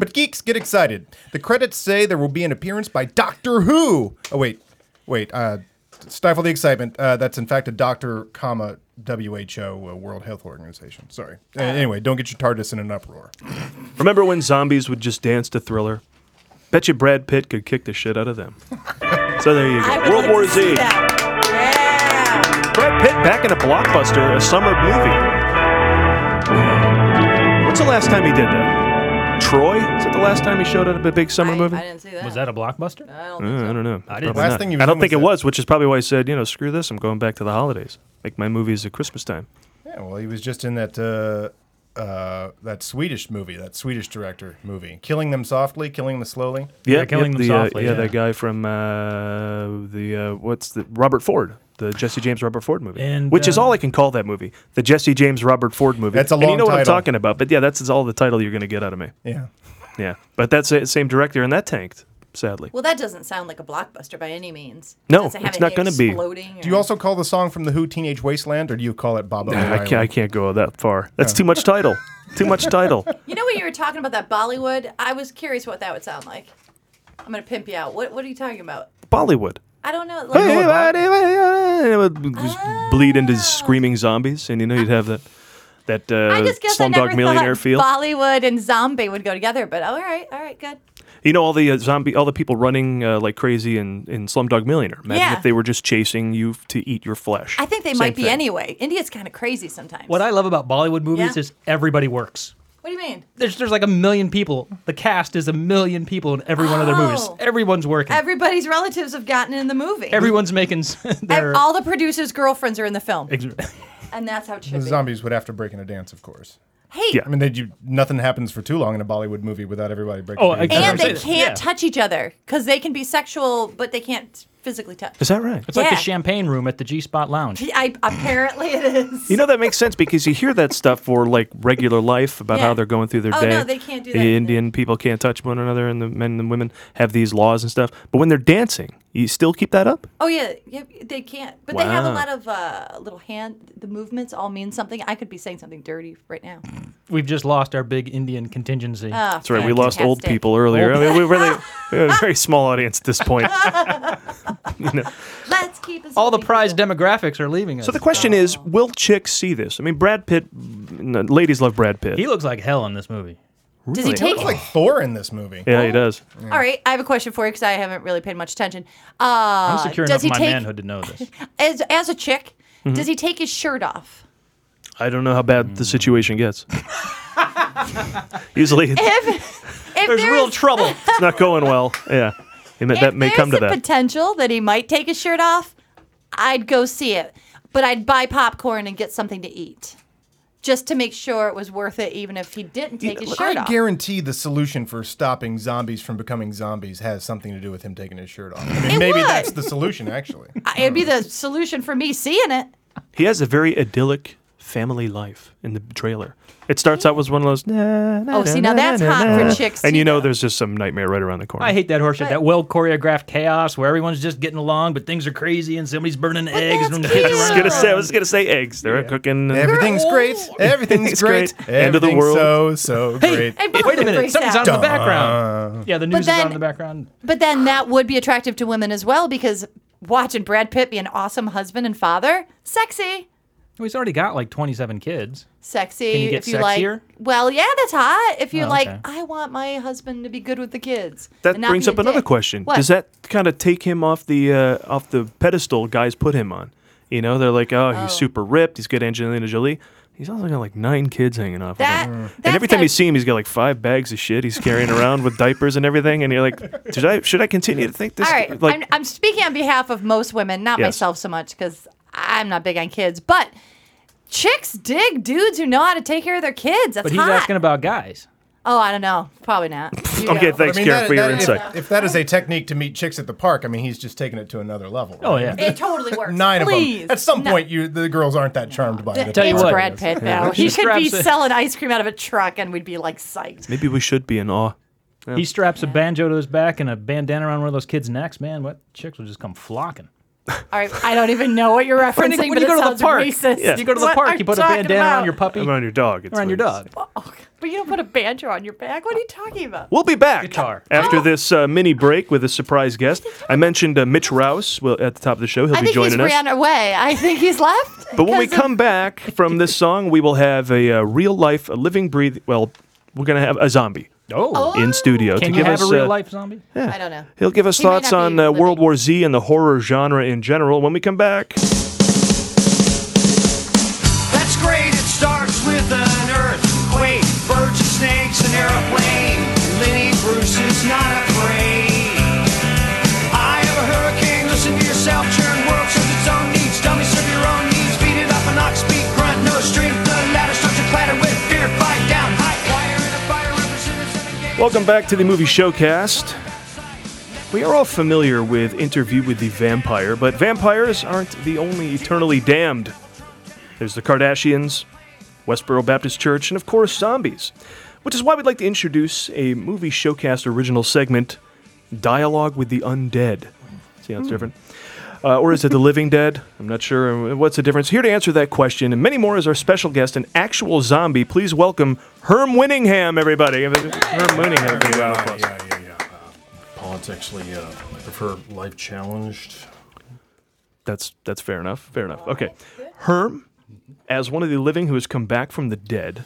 [SPEAKER 3] But geeks get excited. The credits say there will be an appearance by Doctor Who. Oh wait, wait. Uh, stifle the excitement. Uh, that's in fact a doctor, comma WHO, uh, World Health Organization. Sorry. A- anyway, don't get your TARDIS in an uproar.
[SPEAKER 2] Remember when zombies would just dance to Thriller? Bet you Brad Pitt could kick the shit out of them. so there you
[SPEAKER 5] I would
[SPEAKER 2] go. World
[SPEAKER 5] like
[SPEAKER 2] War
[SPEAKER 5] to see
[SPEAKER 2] Z.
[SPEAKER 5] that.
[SPEAKER 2] Brad Pitt back in a blockbuster, a summer movie. What's the last time he did that? Troy? Is that the last time he showed up at a big summer
[SPEAKER 5] Yeah.
[SPEAKER 2] movie?
[SPEAKER 5] I didn't see that.
[SPEAKER 4] Was that a blockbuster?
[SPEAKER 2] Uh, I don't know.
[SPEAKER 4] I
[SPEAKER 2] Probably
[SPEAKER 4] didn't-
[SPEAKER 3] Last
[SPEAKER 2] not.
[SPEAKER 3] thing he was
[SPEAKER 2] I don't
[SPEAKER 3] in
[SPEAKER 2] think
[SPEAKER 3] was
[SPEAKER 2] it
[SPEAKER 3] that-
[SPEAKER 2] was, which is probably why he said, you know, screw this. I'm going back to the holidays. Make my movies at Christmas time.
[SPEAKER 3] Yeah. Well, he was just in that. Uh, uh, that Swedish movie, that Swedish director movie, killing them softly, killing them slowly.
[SPEAKER 4] Yeah, Killing Them
[SPEAKER 2] the, uh,
[SPEAKER 4] Softly,
[SPEAKER 2] yeah,
[SPEAKER 4] yeah.
[SPEAKER 2] that guy from uh, the uh, what's the Robert Ford, the Jesse James Robert Ford movie,
[SPEAKER 4] And,
[SPEAKER 2] which is
[SPEAKER 4] uh,
[SPEAKER 2] all I can call that movie, the Jesse James Robert Ford movie.
[SPEAKER 3] That's a
[SPEAKER 2] And you
[SPEAKER 3] long
[SPEAKER 2] know what I'm
[SPEAKER 3] title.
[SPEAKER 2] talking about, but yeah, that's is all the title you're going to get out of me.
[SPEAKER 3] Yeah,
[SPEAKER 2] Yeah, but that's the same director, and that tanked sadly.
[SPEAKER 5] Well, that doesn't sound like a blockbuster by any means.
[SPEAKER 2] No,
[SPEAKER 5] Doesn't have
[SPEAKER 2] it's not
[SPEAKER 5] anything
[SPEAKER 2] gonna be.
[SPEAKER 5] exploding
[SPEAKER 3] Do
[SPEAKER 5] or-
[SPEAKER 3] you also call the song from the Who "Teenage Wasteland" or do you call it Bob?
[SPEAKER 2] I can't, I can't go that far. That's too much title. Too much title.
[SPEAKER 5] You know what you were talking about that Bollywood? I was curious what that would sound like. I'm gonna pimp you out. What What are you talking about?
[SPEAKER 2] Bollywood.
[SPEAKER 5] I don't know. Like,
[SPEAKER 2] And it would just bleed into screaming zombies, and you know you'd have that that
[SPEAKER 5] I
[SPEAKER 2] uh,
[SPEAKER 5] just guess I never
[SPEAKER 2] Slumdog Millionaire
[SPEAKER 5] thought
[SPEAKER 2] feel.
[SPEAKER 5] Bollywood and zombie would go together. But all right, all right, good.
[SPEAKER 2] You know all the uh, zombie, all the people running uh, like crazy in, in Slumdog Millionaire. Imagine
[SPEAKER 5] Yeah.
[SPEAKER 2] if they were just chasing you f- to eat your flesh.
[SPEAKER 5] I think they
[SPEAKER 2] Same
[SPEAKER 5] might be
[SPEAKER 2] thing.
[SPEAKER 5] anyway. India's kind of crazy sometimes.
[SPEAKER 4] What I love about Bollywood movies
[SPEAKER 5] Yeah.
[SPEAKER 4] is everybody works.
[SPEAKER 5] What do you mean?
[SPEAKER 4] There's, there's like a million people. The cast is a million people in every one of their movies.
[SPEAKER 5] Oh.
[SPEAKER 4] Everyone's working.
[SPEAKER 5] Everybody's relatives have gotten in the movie.
[SPEAKER 4] Everyone's making s- their.
[SPEAKER 5] Ev- all the producers' girlfriends are in the film,
[SPEAKER 4] Ex-
[SPEAKER 5] and that's how it
[SPEAKER 3] The
[SPEAKER 5] should be.
[SPEAKER 3] zombies would have to break in a dance, of course.
[SPEAKER 5] Hey,
[SPEAKER 2] Yeah.
[SPEAKER 3] I mean, they, you, nothing happens for too long in a Bollywood movie without everybody breaking.
[SPEAKER 4] Oh,
[SPEAKER 3] their
[SPEAKER 4] I-
[SPEAKER 3] dance.
[SPEAKER 4] I'm
[SPEAKER 5] and they
[SPEAKER 4] saying.
[SPEAKER 5] can't
[SPEAKER 4] Yeah.
[SPEAKER 5] touch each other because they can be sexual, but they can't physically touch.
[SPEAKER 2] Is that right?
[SPEAKER 4] It's like the
[SPEAKER 5] Yeah.
[SPEAKER 4] champagne room at the G Spot Lounge.
[SPEAKER 5] I, apparently it is.
[SPEAKER 2] You know that makes sense because you hear that stuff for like regular life about
[SPEAKER 5] Yeah.
[SPEAKER 2] how they're going through their
[SPEAKER 5] Oh,
[SPEAKER 2] day.
[SPEAKER 5] no, they can't do that
[SPEAKER 2] The
[SPEAKER 5] either.
[SPEAKER 2] Indian people can't touch one another, and the men and women have these laws and stuff. But when they're dancing, you still keep that up.
[SPEAKER 5] Oh yeah, yeah they can't. But they have a
[SPEAKER 2] Wow.
[SPEAKER 5] lot of uh, little hand. The movements all mean something. I could be saying something dirty right now.
[SPEAKER 4] We've just lost our big Indian contingency.
[SPEAKER 5] Oh,
[SPEAKER 2] That's right. We lost old people earlier. I mean, we really we have a very small audience at this point.
[SPEAKER 5] Let's keep it
[SPEAKER 4] all the
[SPEAKER 5] simple.
[SPEAKER 4] prize demographics are leaving us.
[SPEAKER 2] So the question
[SPEAKER 5] Oh.
[SPEAKER 2] is, will chicks see this? I mean, Brad Pitt. no, ladies love Brad Pitt.
[SPEAKER 4] he looks like hell in this movie.
[SPEAKER 5] Does he
[SPEAKER 2] Really?
[SPEAKER 5] take?
[SPEAKER 3] It's like Thor in this movie.
[SPEAKER 2] yeah, he does.
[SPEAKER 5] All right, I have a question for you because I haven't really paid much attention. Uh,
[SPEAKER 4] I'm secure
[SPEAKER 5] does
[SPEAKER 4] enough
[SPEAKER 5] he
[SPEAKER 4] in my
[SPEAKER 5] take
[SPEAKER 4] manhood Mm-hmm. to know this.
[SPEAKER 5] as as a chick? Does he take his shirt off?
[SPEAKER 2] I don't know how bad the situation gets. Usually, it's
[SPEAKER 5] If if
[SPEAKER 4] There's real trouble.
[SPEAKER 2] not going well. Yeah, It may-
[SPEAKER 5] if
[SPEAKER 2] that may come to
[SPEAKER 5] there's
[SPEAKER 2] that.
[SPEAKER 5] a potential that he might take his shirt off, I'd go see it. But I'd buy popcorn and get something to eat, just to make sure it was worth it, even if he didn't take his
[SPEAKER 3] Look,
[SPEAKER 5] shirt
[SPEAKER 3] I
[SPEAKER 5] off.
[SPEAKER 3] guarantee the solution for stopping zombies from becoming zombies has something to do with him taking his shirt off. I mean,
[SPEAKER 5] It
[SPEAKER 3] maybe
[SPEAKER 5] would.
[SPEAKER 3] that's the solution, actually.
[SPEAKER 5] It'd
[SPEAKER 4] Um,
[SPEAKER 5] be the solution for me seeing it.
[SPEAKER 2] He has a very idyllic family life in the trailer. It starts out with one of those. "Na, na,
[SPEAKER 5] Oh, see,
[SPEAKER 2] na,
[SPEAKER 5] now that's
[SPEAKER 2] na,
[SPEAKER 5] hot
[SPEAKER 2] na,
[SPEAKER 5] for
[SPEAKER 2] na."
[SPEAKER 5] chicks
[SPEAKER 2] And
[SPEAKER 5] to
[SPEAKER 2] you know,
[SPEAKER 5] know.
[SPEAKER 2] there's just some nightmare right around the corner.
[SPEAKER 4] I hate that horseshit.
[SPEAKER 5] But-
[SPEAKER 4] That well choreographed chaos where everyone's just getting along, but things are crazy and somebody's burning eggs.
[SPEAKER 5] that's
[SPEAKER 4] and
[SPEAKER 5] cute.
[SPEAKER 2] I was
[SPEAKER 5] Yeah.
[SPEAKER 2] gonna say, I was gonna say eggs. They're cooking. and-
[SPEAKER 3] Everything's great. Everything's
[SPEAKER 2] It's
[SPEAKER 3] great.
[SPEAKER 2] great. End of the
[SPEAKER 3] Everything's
[SPEAKER 2] world.
[SPEAKER 3] So so great.
[SPEAKER 5] It both
[SPEAKER 4] Wait a minute,
[SPEAKER 5] freaks
[SPEAKER 4] something's
[SPEAKER 5] out.
[SPEAKER 4] on in the background. Yeah, the news is
[SPEAKER 5] then-
[SPEAKER 4] on in the background.
[SPEAKER 5] But then that would be attractive to women as well because watching Brad Pitt be an awesome husband and father, sexy.
[SPEAKER 4] Well, he's already got like 27 kids.
[SPEAKER 5] Sexy.
[SPEAKER 4] Can you
[SPEAKER 5] if
[SPEAKER 4] get
[SPEAKER 5] you like,
[SPEAKER 4] sexier?
[SPEAKER 5] well, yeah, that's hot. If you
[SPEAKER 4] Oh,
[SPEAKER 5] like,
[SPEAKER 4] okay.
[SPEAKER 5] I want my husband to be good with the kids.
[SPEAKER 2] That
[SPEAKER 5] and not
[SPEAKER 2] brings
[SPEAKER 5] be a
[SPEAKER 2] up another
[SPEAKER 5] dick."
[SPEAKER 2] question.
[SPEAKER 5] What?
[SPEAKER 2] Does that kind of take him off the uh, off the pedestal guys put him on? You know, they're like, oh, he's super ripped. He's good Angelina Jolie. He's also got like nine kids hanging off.
[SPEAKER 5] That-
[SPEAKER 2] of him.
[SPEAKER 5] that's
[SPEAKER 2] and every time
[SPEAKER 5] kinda-
[SPEAKER 2] you see him, he's got like five bags of shit he's carrying around with diapers and everything. And you're like, should I should I continue to think this?
[SPEAKER 5] All right,
[SPEAKER 2] like,
[SPEAKER 5] I'm, I'm speaking on behalf of most women, not
[SPEAKER 2] Yes.
[SPEAKER 5] myself so much because I'm not big on kids, but chicks dig dudes who know how to take care of their kids. That's
[SPEAKER 4] But he's
[SPEAKER 5] hot.
[SPEAKER 4] asking about guys.
[SPEAKER 5] oh, I don't know. Probably not. You
[SPEAKER 2] okay,
[SPEAKER 5] go.
[SPEAKER 2] thanks,
[SPEAKER 3] I
[SPEAKER 2] Karen,
[SPEAKER 3] mean, that-
[SPEAKER 2] for your
[SPEAKER 3] that- if-
[SPEAKER 2] insight.
[SPEAKER 3] If, that is a technique to meet chicks at the park, I mean, he's just taking it to another level.
[SPEAKER 4] Oh,
[SPEAKER 3] right?
[SPEAKER 4] yeah.
[SPEAKER 5] It totally works.
[SPEAKER 3] Nine
[SPEAKER 5] Please.
[SPEAKER 3] of them. At some point, you the girls aren't that charmed by it.
[SPEAKER 5] Th-
[SPEAKER 4] Tell you
[SPEAKER 5] it's
[SPEAKER 4] what.
[SPEAKER 5] Brad Pitt now. He
[SPEAKER 4] Just
[SPEAKER 5] could be
[SPEAKER 4] grabs it.
[SPEAKER 5] selling ice cream out of a truck, and we'd be like psyched.
[SPEAKER 2] Maybe we should be in awe.
[SPEAKER 4] He straps a banjo to his back and a bandana around one of those kids' necks. Man, what chicks will just come flocking.
[SPEAKER 5] All right, I don't even know what you're
[SPEAKER 4] When
[SPEAKER 5] referencing,
[SPEAKER 4] you- when
[SPEAKER 5] but
[SPEAKER 4] you
[SPEAKER 5] it
[SPEAKER 4] go to the
[SPEAKER 5] sounds
[SPEAKER 4] park,
[SPEAKER 5] racist.
[SPEAKER 2] yeah.
[SPEAKER 4] You go to the
[SPEAKER 5] What
[SPEAKER 4] park,
[SPEAKER 5] are
[SPEAKER 4] you put a
[SPEAKER 5] talking
[SPEAKER 4] bandana
[SPEAKER 5] about?
[SPEAKER 4] on your puppy,
[SPEAKER 2] Around your dog. It's
[SPEAKER 4] around your
[SPEAKER 2] weird.
[SPEAKER 4] dog.
[SPEAKER 5] Oh, but you don't put a banjo on your back. What are you talking about?
[SPEAKER 2] We'll be back
[SPEAKER 4] Guitar.
[SPEAKER 2] after this uh, mini break with a surprise guest. I mentioned uh, Mitch Rouse will, at the top of the show. He'll
[SPEAKER 5] I
[SPEAKER 2] be
[SPEAKER 5] think he's
[SPEAKER 2] joining us.
[SPEAKER 5] ran away. I think he's left.
[SPEAKER 2] But when we
[SPEAKER 5] because of-
[SPEAKER 2] come back from this song, we will have a, uh real life, a living, breathe. Well, we're gonna have a zombie
[SPEAKER 4] Oh.
[SPEAKER 2] in studio
[SPEAKER 4] Can
[SPEAKER 2] to
[SPEAKER 4] you
[SPEAKER 2] give
[SPEAKER 4] have
[SPEAKER 2] us.
[SPEAKER 4] a real
[SPEAKER 2] uh,
[SPEAKER 4] life zombie?
[SPEAKER 5] I don't know.
[SPEAKER 2] He'll give us
[SPEAKER 5] He might
[SPEAKER 2] thoughts
[SPEAKER 5] not
[SPEAKER 2] on
[SPEAKER 5] be
[SPEAKER 2] uh, World
[SPEAKER 5] living.
[SPEAKER 2] War Z and the horror genre in general when we come back.
[SPEAKER 6] That's great. It starts with an earthquake, birds and snakes, an airplane. Lenny Bruce is not afraid. I have a hurricane. Listen to yourself. Churn world serves its own needs. Dummy serve your own needs. Beat it up an ox. Speak grunt. No strength. The ladder starts to clatter with fear. Fight down. High wire and a fire represented seven games.
[SPEAKER 2] Welcome back to the movie Showcast. We are all familiar with Interview with the Vampire, but vampires aren't the only eternally damned. There's the Kardashians, Westboro Baptist Church, and of course, zombies. Which is why we'd like to introduce a movie Showcast original segment, Dialogue with the Undead. See how it's different? Uh, or is it the living dead? I'm not sure. What's the difference? Here to answer that question and many more is our special guest, an actual zombie. Please welcome Herm Winningham, everybody. Herm Winningham. everybody. Round of applause.
[SPEAKER 12] yeah, yeah, yeah. Uh, Politically, uh, I prefer life challenged.
[SPEAKER 2] That's that's fair enough. Fair enough. Okay, Herm, as one of the living who has come back from the dead,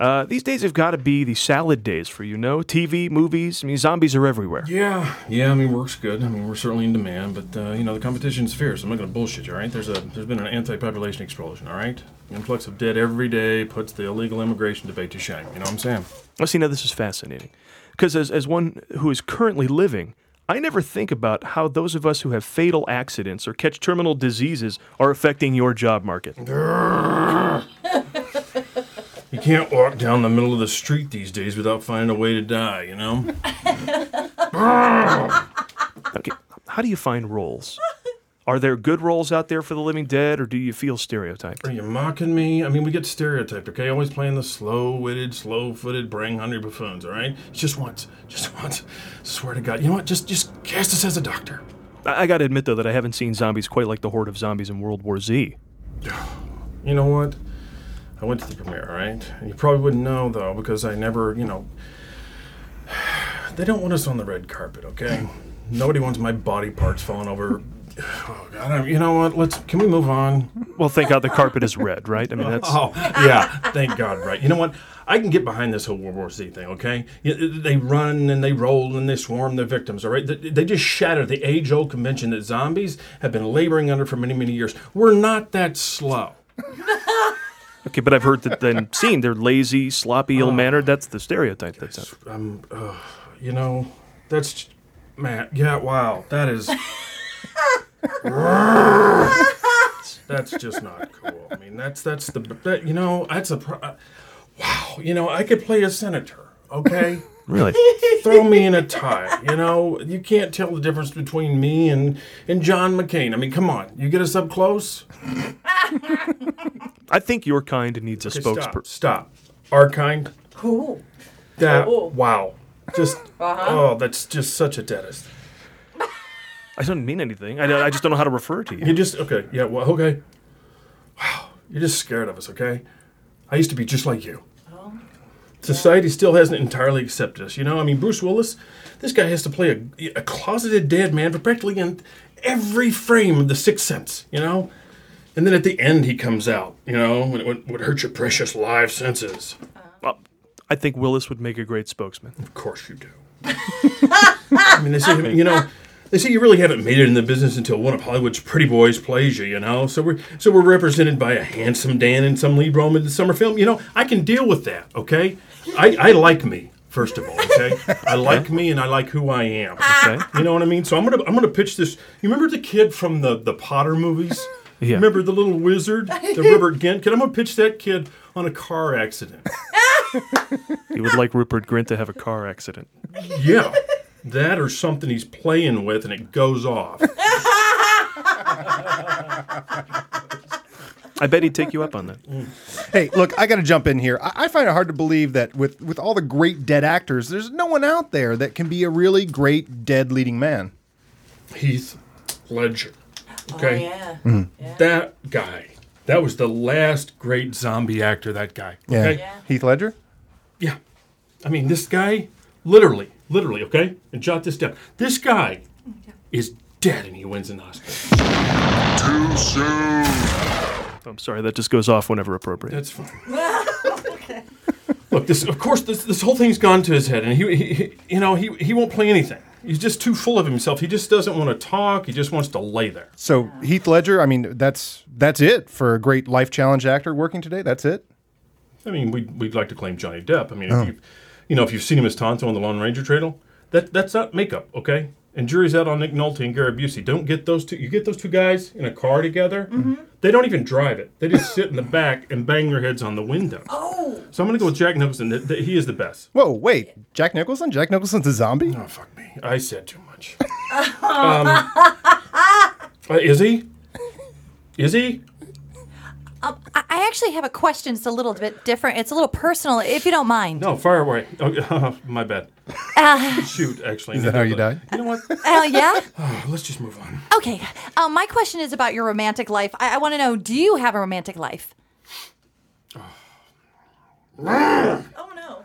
[SPEAKER 2] uh, these days have got to be the salad days for you. No TV, movies. I mean, zombies are everywhere.
[SPEAKER 12] Yeah, yeah. I mean, work's good. I mean, we're certainly in demand, but uh, you know, the competition's fierce. I'm not gonna bullshit you, all right? There's a there's been an anti-population explosion, all right? The influx of dead every day puts the illegal immigration debate to shame. You know what I'm saying?
[SPEAKER 2] Well, see, now this is fascinating. Because as, as one who is currently living, I never think about how those of us who have fatal accidents or catch terminal diseases are affecting your job market.
[SPEAKER 12] You can't walk down the middle of the street these days without finding a way to die. You know?
[SPEAKER 2] Okay, how do you find roles? Are there good roles out there for the living dead, or do you feel stereotyped?
[SPEAKER 12] Are you mocking me? I mean, we get stereotyped, okay? Always playing the slow-witted, slow-footed, brain-hungry buffoons, all right? Just once, just once. Swear to God, you know what? Just, just cast us as a doctor.
[SPEAKER 2] I, I gotta admit, though, that I haven't seen zombies quite like the horde of zombies in World War Z.
[SPEAKER 12] You know what? I went to the premiere, all right? And you probably wouldn't know though, because I never, you know, they don't want us on the red carpet, okay? Nobody wants my body parts falling over. Oh God! I, you know what? Let's can we move on?
[SPEAKER 2] Well, thank God the carpet is red, right? I mean, that's.
[SPEAKER 12] Oh, yeah. Thank God, right? You know what? I can get behind this whole World War Z thing, okay? Y- They run and they roll and they swarm their victims, all right? They- They just shatter the age old convention that zombies have been laboring under for many, many years. We're not that slow.
[SPEAKER 2] Okay, but I've heard that then seen they're lazy, sloppy,
[SPEAKER 12] Uh-huh.
[SPEAKER 2] ill mannered. That's the stereotype that's out. there.
[SPEAKER 12] You know, that's. j- Man, yeah, wow. That is. that's just not cool. I mean, that's that's the that, you know that's a pro- uh, wow. You know, I could play a senator. Okay,
[SPEAKER 2] Really?
[SPEAKER 12] throw me in a tie. You know, you can't tell the difference between me and and John McCain. I mean, come on, you get us up close.
[SPEAKER 2] I think your kind needs a
[SPEAKER 12] Okay,
[SPEAKER 2] spokesperson.
[SPEAKER 12] Stop, stop. Our kind. Cool. That wow. Just oh, that's just such a dentist.
[SPEAKER 2] I don't mean anything. I, don't- I just don't know how to refer to you.
[SPEAKER 12] You just okay, yeah, well, okay. Wow, you're just scared of us, okay? I used to be just like you. Society still hasn't entirely accepted us, you know. I mean, Bruce Willis, this guy has to play a, a closeted dead man for practically in every frame of The Sixth Sense, you know. And then at the end, he comes out, you know, when it would, would hurt your precious live senses.
[SPEAKER 2] Well, I think Willis would make a great spokesman.
[SPEAKER 12] Of course you do. I mean, they say, you know, they say you really haven't made it in the business until one of Hollywood's pretty boys plays you, you know? So we're, so we're represented by a handsome Dan and some lead role in the summer film. You know, I can deal with that, okay? I, I like me. First of all, okay, I like me and I like who I am.
[SPEAKER 2] Okay.
[SPEAKER 12] you know what I mean. So I'm gonna I'm gonna pitch this. You remember the kid from the the Potter movies?
[SPEAKER 2] Yeah.
[SPEAKER 12] Remember the little wizard, the Rupert Gint kid? I'm gonna pitch that kid on a car accident.
[SPEAKER 2] He would like Rupert Grint to have a car accident.
[SPEAKER 12] Yeah, that or something he's playing with and it goes off.
[SPEAKER 2] I bet he'd take you up on that.
[SPEAKER 12] Mm.
[SPEAKER 3] Hey, look, I got to jump in here. I, I find it hard to believe that with with all the great dead actors, there's no one out there that can be a really great dead leading man.
[SPEAKER 12] Heath Ledger. Okay.
[SPEAKER 5] Oh,
[SPEAKER 1] yeah.
[SPEAKER 2] Mm.
[SPEAKER 12] That guy. That was the last great zombie actor, that guy.
[SPEAKER 3] Yeah.
[SPEAKER 12] Okay?
[SPEAKER 3] Heath Ledger.
[SPEAKER 12] Yeah. I mean, this guy, literally, literally, okay? And jot this down. This guy is dead and he wins an Oscar.
[SPEAKER 7] Too soon.
[SPEAKER 2] Oh, I'm sorry, that just goes off whenever appropriate.
[SPEAKER 12] That's fine. Look, this of course this this whole thing's gone to his head, and he, he, he you know he he won't play anything. He's just too full of himself. He just doesn't want to talk. He just wants to lay there.
[SPEAKER 3] So Heath Ledger. I mean, that's that's it for a great life challenge actor working today. That's it.
[SPEAKER 12] I mean, we'd, we'd like to claim Johnny Depp. I mean, if you you know if you've seen him as Tonto on the Lone Ranger Trail, that that's not makeup, okay? And jury's out on Nick Nolte and Gary Busey. Don't get those two. You get those two guys in a car together. They don't even drive it. They just sit in the back and bang their heads on the window. Oh. So I'm gonna go with Jack Nicholson. Th- th- He is the best.
[SPEAKER 3] Whoa, wait, Jack Nicholson. Jack Nicholson's a zombie.
[SPEAKER 12] Oh fuck me! I said too much. um, uh, is he? Is he?
[SPEAKER 5] I, I actually have a question. It's a little bit different. It's a little personal, if you don't mind.
[SPEAKER 12] No, fire away. Oh, my bad. Shoot, actually. Is
[SPEAKER 3] that how you died?
[SPEAKER 12] You know what?
[SPEAKER 5] Oh yeah.
[SPEAKER 12] Let's just move on.
[SPEAKER 5] Okay. Um, my question is about your romantic life. I, I want to know: Do you have a romantic life?
[SPEAKER 1] Oh no.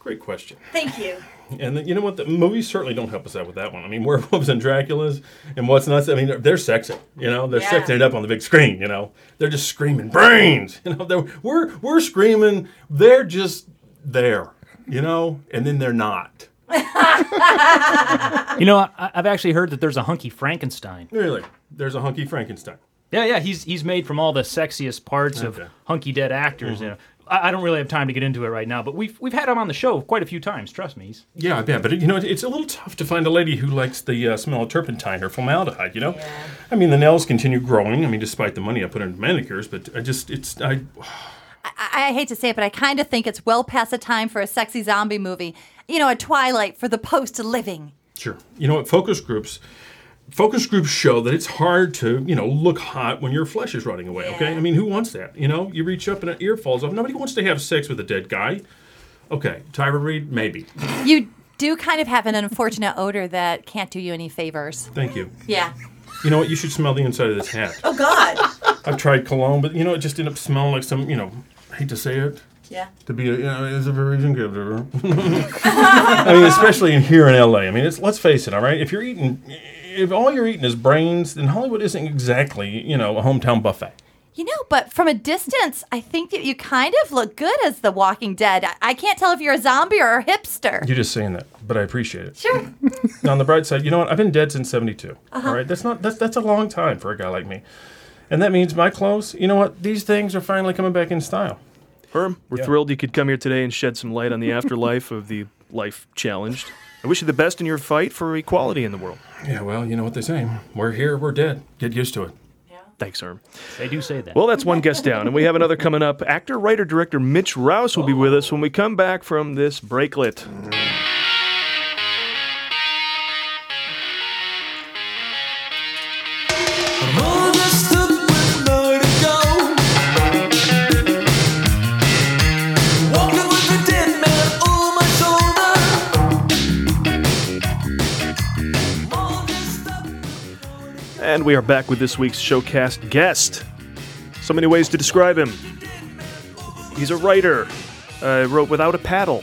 [SPEAKER 12] Great question.
[SPEAKER 1] Thank you.
[SPEAKER 12] And then, you know what? The movies certainly don't help us out with that one. I mean, werewolves and Draculas and what's not. I mean, they're, they're sexy. You know, they're
[SPEAKER 1] Yeah.
[SPEAKER 12] sexing it up on the big screen. You know, they're just screaming brains. You know, they're, we're we're screaming. They're just there. You know, and then they're not.
[SPEAKER 4] You know, I, I've actually heard that there's a hunky Frankenstein.
[SPEAKER 12] Really, there's a hunky Frankenstein.
[SPEAKER 4] Yeah, yeah, he's he's made from all the sexiest parts
[SPEAKER 12] Okay. Mm-hmm.
[SPEAKER 4] of hunky dead actors. You know, I, I don't really have time to get into it right now, but we've we've had him on the show quite a few times. Trust me, he's
[SPEAKER 12] Yeah, yeah, but you know, it's a little tough to find a lady who likes the uh, smell of turpentine or formaldehyde. You know, I mean, the nails continue growing. I mean, despite the money I put into manicures, but I just, it's, I,
[SPEAKER 5] I, I hate to say it, but I kind of think it's well past the time for a sexy zombie movie. You know, a Twilight for the post living.
[SPEAKER 12] sure. You know what? Focus groups, focus groups show that it's hard to, you know, look hot when your flesh is rotting away. Okay, I mean, who wants that? You know, you reach up and an ear falls off. Nobody wants to have sex with a dead guy. Okay, Tyra Reed, maybe.
[SPEAKER 5] You do kind of have an unfortunate odor that can't do you any favors.
[SPEAKER 12] Thank you.
[SPEAKER 5] Yeah.
[SPEAKER 12] You know what? You should smell the inside of this hat.
[SPEAKER 1] Oh God.
[SPEAKER 12] I've tried cologne, but you know, it just ended up smelling like some, you know, I hate to say it.
[SPEAKER 1] Yeah.
[SPEAKER 12] to be a, you know, as a Parisian giver. I mean, especially in here in LA. I mean, it's let's face it, all right. If you're eating, if all you're eating is brains, then Hollywood isn't exactly you know a hometown buffet.
[SPEAKER 5] You know, but from a distance, I think that you kind of look good as the Walking Dead. I, I can't tell if you're a zombie or a hipster.
[SPEAKER 12] You're just saying that, but I appreciate it.
[SPEAKER 5] Sure. Uh-huh.
[SPEAKER 12] Now, on the bright side, you know what? I've been dead since '72. right, that's not that's that's a long time for a guy like me, and that means my clothes. You know what? These things are finally coming back in style.
[SPEAKER 2] Herm, we're thrilled you could come here today and shed some light on the afterlife of the life challenged. I wish you the best in your fight for equality in the world.
[SPEAKER 12] Yeah, well, you know what they say. We're here, we're dead. Get used to it.
[SPEAKER 2] Thanks, Herm.
[SPEAKER 4] they do say that.
[SPEAKER 2] Well, that's one guest down, and we have another coming up. Actor, writer, director Mitch Rouse will be with us when we come back from this breaklet. And we are back with this week's showcast guest. So many ways to describe him. He's a writer, uh, wrote Without a Paddle,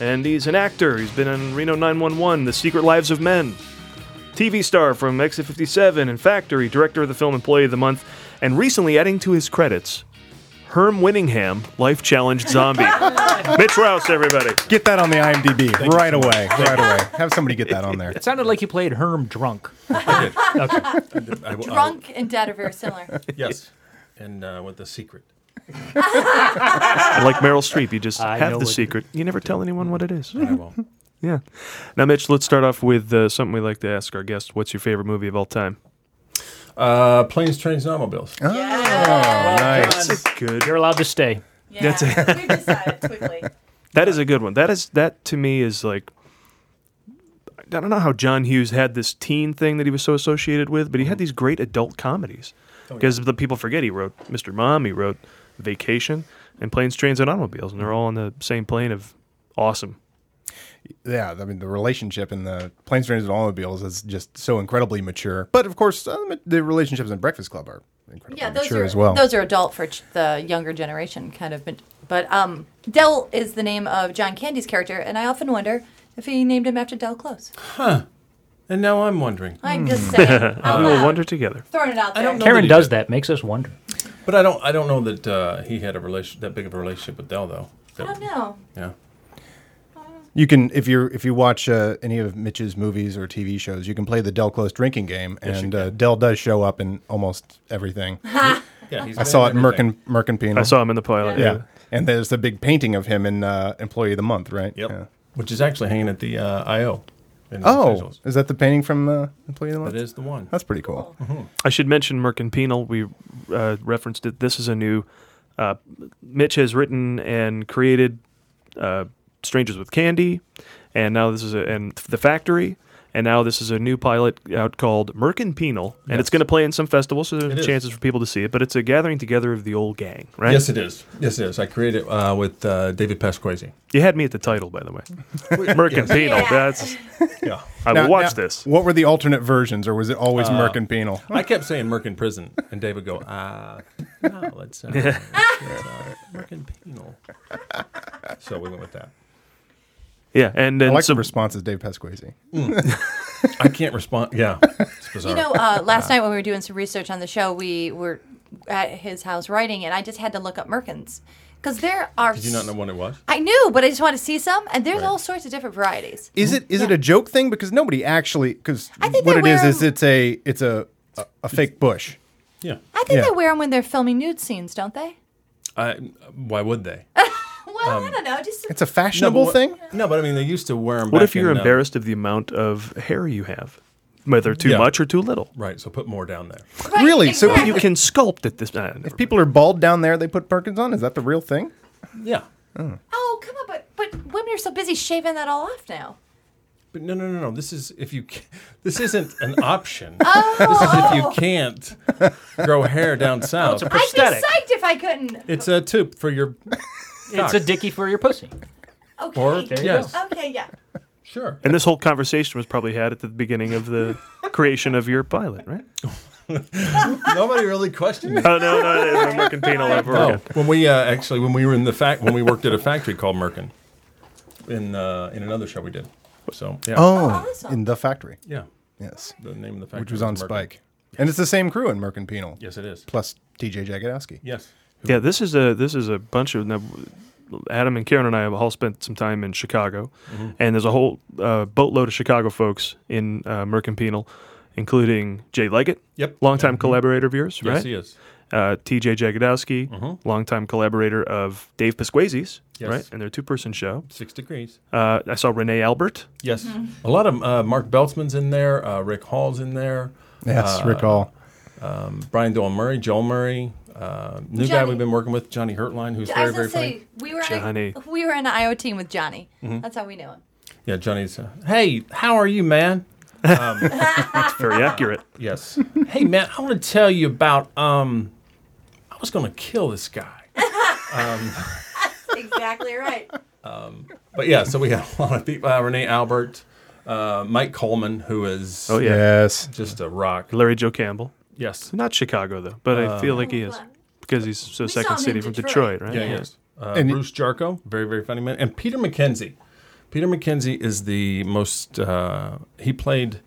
[SPEAKER 2] and he's an actor. He's been in Reno 911, The Secret Lives of Men, TV star from Exit 57 and Factory, director of the film Employee of the Month, and recently adding to his credits, Herm Winningham, Life Challenged Zombie. Mitch Rouse, everybody.
[SPEAKER 3] Get that on the IMDb right away. Right away. Have somebody get that on there.
[SPEAKER 4] It sounded like you played Herm drunk.
[SPEAKER 12] I w- I-
[SPEAKER 5] Drunk and dead are very similar.
[SPEAKER 12] yes. And uh, with the secret.
[SPEAKER 2] And like Meryl Streep, you just
[SPEAKER 4] I know
[SPEAKER 2] have the
[SPEAKER 4] what-
[SPEAKER 2] secret. You never tell anyone what it is.
[SPEAKER 12] I won't.
[SPEAKER 2] Yeah. Now, Mitch, let's start off with uh, something we like to ask our guests. What's your favorite movie of all time?
[SPEAKER 12] Uh, planes, trains, and automobiles.
[SPEAKER 3] Oh.
[SPEAKER 2] That's a good.
[SPEAKER 4] You're allowed to stay.
[SPEAKER 5] Yeah. That's it. we decided quickly.
[SPEAKER 2] That is a good one. That is that to me is like I don't know how John Hughes had this teen thing that he was so associated with, but he had these great adult comedies. Because the people forget he wrote Mr. Mom, he wrote Vacation, and Planes, Trains, and Automobiles, and they're all on the same plane of awesome.
[SPEAKER 3] yeah, I mean the relationship in the Planes, Trains, and Automobiles is just so incredibly mature. But of course, uh, the relationships in Breakfast Club are incredibly
[SPEAKER 5] Yeah, those
[SPEAKER 3] mature
[SPEAKER 5] are
[SPEAKER 3] as well.
[SPEAKER 5] those are adult for ch- the younger generation kind of. But, but um, Dell is the name of John Candy's character, and I often wonder if he named him after Dell Close.
[SPEAKER 12] And now I'm wondering.
[SPEAKER 5] I'm just saying, out
[SPEAKER 2] We will
[SPEAKER 5] loud,
[SPEAKER 2] wonder together.
[SPEAKER 5] throwing it out there.
[SPEAKER 12] I don't know.
[SPEAKER 4] Karen
[SPEAKER 12] that he
[SPEAKER 4] does
[SPEAKER 12] did.
[SPEAKER 4] that, makes us wonder.
[SPEAKER 12] But I don't. I don't know that uh, he had a relation that big of a relationship with Dell though.
[SPEAKER 5] I don't know.
[SPEAKER 12] Yeah.
[SPEAKER 3] You can, if you if you watch uh, any of Mitch's movies or TV shows, you can play the Dell Close drinking game, and uh, Dell does show up in almost everything.
[SPEAKER 12] Yeah. He's
[SPEAKER 3] I saw it in Merkin Mercanpenal.
[SPEAKER 2] I saw him in the pilot.
[SPEAKER 3] yeah, and there's the big painting of him in uh, Employee of the Month, right?
[SPEAKER 12] Yep.
[SPEAKER 3] Yeah.
[SPEAKER 12] Which is actually hanging at the uh, I.O. in Los
[SPEAKER 3] Oh,
[SPEAKER 12] Angeles.
[SPEAKER 3] is that the painting from uh, Employee of the Month?
[SPEAKER 12] that is the one.
[SPEAKER 3] That's pretty cool.
[SPEAKER 2] I should mention Mercanpenal. We uh, referenced it. This is a new. Uh, Mitch has written and created uh, Strangers with Candy, and now this is a, and The Factory, and now this is a new pilot out called Mercanpenal, and it's going to play in some festivals, so
[SPEAKER 12] It
[SPEAKER 2] there's
[SPEAKER 12] is.
[SPEAKER 2] chances for people to see it. But it's a gathering together of the old gang, right?
[SPEAKER 12] Yes, it is. Yes, it is. I created it uh, with uh, David Pasquazi.
[SPEAKER 2] You had me at the title, by the way. Mercanpenal. That's.
[SPEAKER 12] Yeah.
[SPEAKER 2] I
[SPEAKER 3] Now-
[SPEAKER 2] will watch
[SPEAKER 3] now,
[SPEAKER 2] this.
[SPEAKER 3] What were the alternate versions, or was it always Mercanpenal?
[SPEAKER 12] I kept saying Merkin prison, and David go, ah, no, let's, uh, let's uh, Merkin penal. So we went with that.
[SPEAKER 2] Yeah, and
[SPEAKER 3] I
[SPEAKER 2] then
[SPEAKER 3] like
[SPEAKER 2] so
[SPEAKER 3] the response is Dave Pasquazi.
[SPEAKER 12] I can't respond. Yeah, it's bizarre.
[SPEAKER 5] You know, uh, last night when we were doing some research on the show, we were at his house writing, and I just had to look up Merkins because there are.
[SPEAKER 12] Did you not know what it was?
[SPEAKER 5] I knew, but I just want to see some, and there's all sorts of different varieties.
[SPEAKER 3] Is it is it a joke thing? Because nobody actually because
[SPEAKER 5] I think
[SPEAKER 3] what
[SPEAKER 5] they
[SPEAKER 3] it is
[SPEAKER 5] wear
[SPEAKER 3] is
[SPEAKER 5] 'em-
[SPEAKER 3] it's a it's a a, a fake bush.
[SPEAKER 12] Yeah.
[SPEAKER 5] I think
[SPEAKER 3] Yeah.
[SPEAKER 5] they wear them when they're filming nude scenes, don't they?
[SPEAKER 12] I, why would they?
[SPEAKER 5] Well,
[SPEAKER 12] Um,
[SPEAKER 5] I don't know. Just
[SPEAKER 3] It's a fashionable
[SPEAKER 12] what-
[SPEAKER 3] thing.
[SPEAKER 12] No, but I mean, they used to wear them.
[SPEAKER 2] what if
[SPEAKER 3] uh,
[SPEAKER 2] you're embarrassed of the amount of hair you have, whether too
[SPEAKER 12] Yeah.
[SPEAKER 2] much or too little?
[SPEAKER 12] right, so put more down there.
[SPEAKER 5] Right,
[SPEAKER 3] really? So
[SPEAKER 5] exactly.
[SPEAKER 2] You can sculpt at this. Uh,
[SPEAKER 3] if people are bald down there, they put Perkins on. Is that the real thing?
[SPEAKER 12] Yeah.
[SPEAKER 5] Oh, come on, but but women are so busy shaving that all off now.
[SPEAKER 12] But no, no, no, no. This is if you. ca- This isn't an option. This is if you can't grow hair down south.
[SPEAKER 5] I'd be psyched if I couldn't.
[SPEAKER 12] It's a tube for your.
[SPEAKER 4] It's a dicky for your pussy.
[SPEAKER 5] Okay.
[SPEAKER 12] Or yes,
[SPEAKER 5] Okay, yeah.
[SPEAKER 12] sure.
[SPEAKER 2] And this whole conversation was probably had at the beginning of the creation of your pilot, right?
[SPEAKER 12] Nobody really questioned that.
[SPEAKER 2] Oh no, no, no, I'm looking penal over
[SPEAKER 12] No,
[SPEAKER 2] again.
[SPEAKER 12] when we uh, actually when we were in the fact when we worked at a factory called Merkin, in uh, in another show we did. So yeah,
[SPEAKER 3] Oh,
[SPEAKER 5] awesome.
[SPEAKER 3] in the factory.
[SPEAKER 12] yeah,
[SPEAKER 3] Yes,
[SPEAKER 12] the name of the factory
[SPEAKER 3] which was on
[SPEAKER 12] Merkin.
[SPEAKER 3] Spike, and it's the same crew in Mercanpenal.
[SPEAKER 12] Yes, it is.
[SPEAKER 3] Plus T.J. Jagodowski.
[SPEAKER 12] Yes,
[SPEAKER 2] Yeah, this is a this is a bunch of now, Adam and Karen and I have all spent some time in Chicago, and there's a whole uh, boatload of Chicago folks in uh, Mercanpenal, including Jay Leggett,
[SPEAKER 12] Yep.
[SPEAKER 2] longtime collaborator of yours,
[SPEAKER 12] yes,
[SPEAKER 2] right?
[SPEAKER 12] he is.
[SPEAKER 2] Uh, T.J. Jagodowski, longtime collaborator of Dave Pasquazi's,
[SPEAKER 12] Yes.
[SPEAKER 2] right? And their two person show.
[SPEAKER 12] Six degrees.
[SPEAKER 2] Uh, I saw Renee Albert.
[SPEAKER 12] Yes,
[SPEAKER 5] Mm-hmm.
[SPEAKER 12] a lot of uh, Mark Beltzman's in there. Uh, Rick Hall's in there.
[SPEAKER 3] Yes,
[SPEAKER 12] uh,
[SPEAKER 3] Rick Hall.
[SPEAKER 12] Brian Doyle Murray, Joel Murray, uh, new guy
[SPEAKER 5] Johnny-
[SPEAKER 12] we've been working with, Johnny Hurtline, who's
[SPEAKER 5] I
[SPEAKER 12] very
[SPEAKER 5] was
[SPEAKER 12] very
[SPEAKER 5] gonna
[SPEAKER 12] funny. Mm-hmm.
[SPEAKER 5] say we were
[SPEAKER 2] Johnny.
[SPEAKER 5] In a, we were in an IO team with Johnny. That's how we knew him.
[SPEAKER 12] Yeah, Johnny's. Uh, hey, how are you, man?
[SPEAKER 2] Very accurate.
[SPEAKER 12] Yes. hey, man, I want to tell you about. Um, I was going to kill this guy.
[SPEAKER 5] exactly right.
[SPEAKER 12] But yeah, so we had a lot of people. Uh, Renee Albert, uh, Mike Coleman, who is
[SPEAKER 2] Oh yeah.
[SPEAKER 3] Yes,
[SPEAKER 12] just a rock.
[SPEAKER 2] Larry Joe Campbell.
[SPEAKER 12] Yes.
[SPEAKER 2] Not Chicago though, but I feel like he is because he's so
[SPEAKER 5] saw
[SPEAKER 2] second
[SPEAKER 5] him
[SPEAKER 2] city
[SPEAKER 5] in
[SPEAKER 2] from
[SPEAKER 5] Detroit.
[SPEAKER 2] Detroit, right?
[SPEAKER 12] Yeah, yes. Uh,
[SPEAKER 3] And-
[SPEAKER 12] Bruce Jarko, very, very funny man. And Peter McKenzie. Peter McKenzie is the most, uh, he played